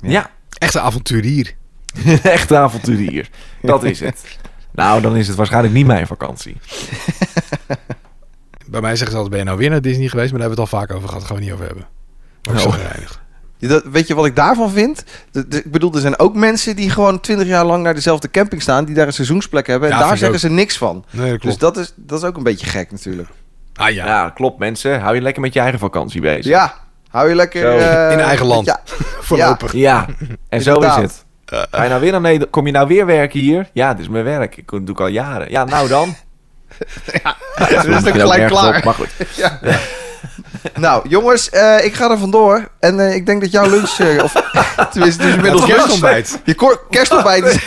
Speaker 5: Ja,
Speaker 4: Echt een avonturier.
Speaker 5: echt avonturier. Dat is het. Nou, dan is het waarschijnlijk niet mijn vakantie.
Speaker 4: Bij mij zeggen ze altijd, ben je nou weer naar Disney geweest? Maar daar hebben we het al vaak over gehad. Daar gaan we niet over hebben. Maar ik
Speaker 5: Oh.
Speaker 4: zo gereinigd.
Speaker 3: Je- Dat, weet je wat ik daarvan vind? De- de- ik bedoel, er zijn ook mensen die gewoon twintig jaar lang naar dezelfde camping staan, die daar een seizoensplek hebben. En
Speaker 4: Ja,
Speaker 3: daar
Speaker 4: vind ik
Speaker 3: zeggen ze niks van.
Speaker 4: Nee, dat klopt.
Speaker 3: Dus dat is, dat is ook een beetje gek natuurlijk.
Speaker 4: Ah ja.
Speaker 5: Ja, klopt mensen. Hou je lekker met je eigen vakantie bezig.
Speaker 3: Ja, hou je lekker...
Speaker 5: Zo.
Speaker 3: eh,
Speaker 4: In eigen land.
Speaker 3: Ja,
Speaker 4: Voorlopig.
Speaker 5: Ja, en zo is
Speaker 3: Inderdaad.
Speaker 5: het. Ga je nou weer naar Nederland? Kom je nou weer werken hier? Ja, dit is mijn werk. Ik doe ik al jaren. Ja, nou dan.
Speaker 3: dat dus is ook
Speaker 5: Misschien ook
Speaker 3: gelijk
Speaker 5: nergens
Speaker 3: klaar.
Speaker 5: op, maar goed.
Speaker 3: Nou, jongens, eh, ik ga er vandoor. En eh, ik denk dat jouw lunch... eh, of, tenminste, dus
Speaker 4: Het
Speaker 3: inmiddels
Speaker 4: kerstontbijt.
Speaker 3: Je kor- kerstontbijt is-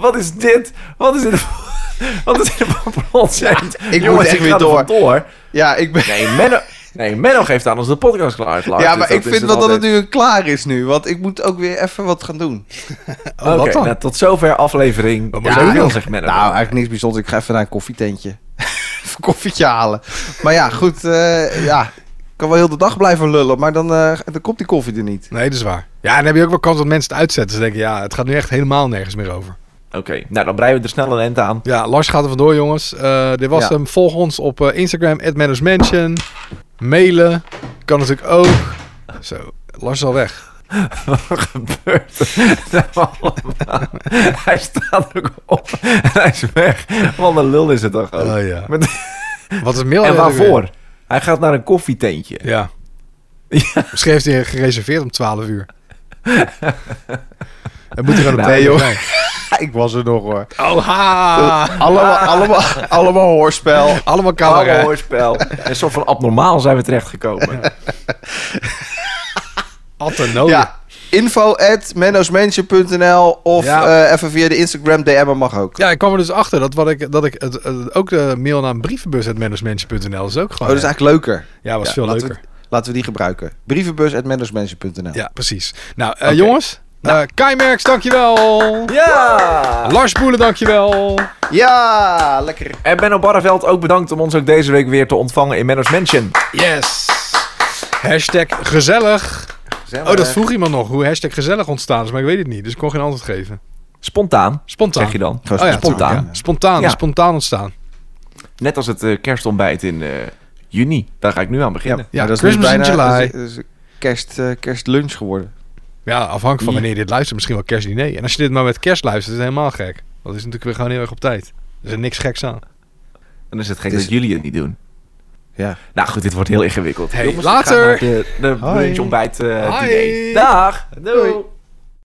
Speaker 5: Wat is dit? Wat is dit? voor- Wat is dit voor onzin?
Speaker 3: moet
Speaker 5: Jongens,
Speaker 3: echt
Speaker 5: ik
Speaker 3: weer
Speaker 5: ga er
Speaker 3: door.
Speaker 5: vandoor.
Speaker 3: Ja, ik ben...
Speaker 5: Nee, Menno, nee, Menno geeft aan ons de podcast klaar. Lars.
Speaker 3: Ja,
Speaker 5: Dus
Speaker 3: maar
Speaker 5: dat
Speaker 3: ik
Speaker 5: is
Speaker 3: vind
Speaker 5: het
Speaker 3: wel dat het
Speaker 5: altijd.
Speaker 3: nu een klaar is nu. Want ik moet ook weer even wat gaan doen.
Speaker 4: Oh,
Speaker 5: Oké,
Speaker 4: wat dan?
Speaker 5: nou, tot zover aflevering.
Speaker 4: moet je doen dan?
Speaker 5: zegt Menno.
Speaker 3: Nou, eigenlijk niks bijzonders. Ik ga even naar een koffietentje. even een koffietje halen. Maar ja, goed. eh, ja. Ik kan wel heel de dag blijven lullen, maar dan, eh, dan komt die koffie er niet.
Speaker 4: Nee, dat is waar. Ja, en dan heb je ook wel kans dat mensen het uitzetten. Ze denken, ja, het gaat nu echt helemaal nergens meer over.
Speaker 5: Oké, nou dan breien we er snel een end aan.
Speaker 4: Ja, Lars gaat er vandoor, jongens. Eh, dit was
Speaker 3: Ja.
Speaker 4: hem. Volg ons op eh, Instagram, @mannersmansion. Mailen kan natuurlijk ook. Zo, Lars is al weg.
Speaker 5: Wat gebeurt er allemaal? Hij staat ook op en hij is weg. Wat een lul is het toch ook.
Speaker 4: Oh, ja.
Speaker 5: Met-
Speaker 4: Wat is mail?
Speaker 5: en waarvoor? Hij gaat naar een koffietentje.
Speaker 4: Ja. Misschien heeft hij gereserveerd om 12 uur. Hij moet er gewoon op
Speaker 5: Nou,
Speaker 4: tijd
Speaker 5: joh.
Speaker 4: zijn.
Speaker 3: ik was er nog hoor. Eh,
Speaker 4: Oh,
Speaker 3: Ah.
Speaker 4: ha!
Speaker 3: Allemaal, allemaal, allemaal hoorspel.
Speaker 4: Allemaal
Speaker 5: Allemaal
Speaker 4: camera.
Speaker 5: hoorspel. Een soort van abnormaal zijn we terechtgekomen.
Speaker 4: Atten nodig.
Speaker 3: Ja. Info at menno'smansion.nl of
Speaker 4: Ja.
Speaker 3: eh, even via de Instagram DM'en mag ook.
Speaker 4: Ja, ik kwam er dus achter dat, wat ik, dat ik het, het- ook de mail naar een brievenbus uit mennersmansion.nl is ook
Speaker 3: Oh,
Speaker 4: gewoon.
Speaker 3: dat is eigenlijk leuker.
Speaker 4: ja, was
Speaker 3: Ja,
Speaker 4: veel
Speaker 3: laten we-
Speaker 4: leuker.
Speaker 3: Laten we die gebruiken. Brievenbus at menno'smansion.nl.
Speaker 4: Ja, precies. Nou, eh, jongens. eh Kai Merks, dankjewel.
Speaker 5: Ja!
Speaker 4: Lars Boelen, dankjewel.
Speaker 3: ja, lekker.
Speaker 5: En Benno Barreveld, ook bedankt om ons ook deze week weer te ontvangen in Menno's Mansion.
Speaker 4: Yes. Hashtag gezellig.
Speaker 5: Gezellig.
Speaker 4: Oh, dat vroeg iemand nog. Hoe hashtag gezellig ontstaan is, maar ik weet het niet. Dus ik kon geen antwoord geven.
Speaker 5: Spontaan,
Speaker 4: Spontaan.
Speaker 5: zeg je dan.
Speaker 3: Gewoon
Speaker 4: Oh ja,
Speaker 5: spontaan.
Speaker 4: tuurlijk, ja. Spontaan.
Speaker 5: Ja.
Speaker 4: Spontaan ontstaan.
Speaker 5: Net als het eh, kerstontbijt in eh, juni. Daar ga ik nu aan beginnen.
Speaker 4: Ja,
Speaker 3: maar nu
Speaker 4: Christmas in July.
Speaker 3: dat is- dat is kerst, eh, kerstlunch geworden.
Speaker 4: Ja, afhankelijk van wanneer je dit luistert, misschien wel kerstdiner. En als je dit maar met kerst luistert, is het helemaal gek. Dat is natuurlijk weer gewoon heel erg op tijd. Er is niks geks aan.
Speaker 5: Dan is het gek
Speaker 3: Dus-
Speaker 5: dat jullie het niet doen.
Speaker 3: Ja.
Speaker 5: Nou goed, dit wordt heel ingewikkeld.
Speaker 4: Hey,
Speaker 5: Jongens,
Speaker 4: later.
Speaker 5: ik ga naar De, de
Speaker 3: Hoi.
Speaker 5: lunch ontbijt eh,
Speaker 4: Hoi.
Speaker 5: diner. Dag! Doei!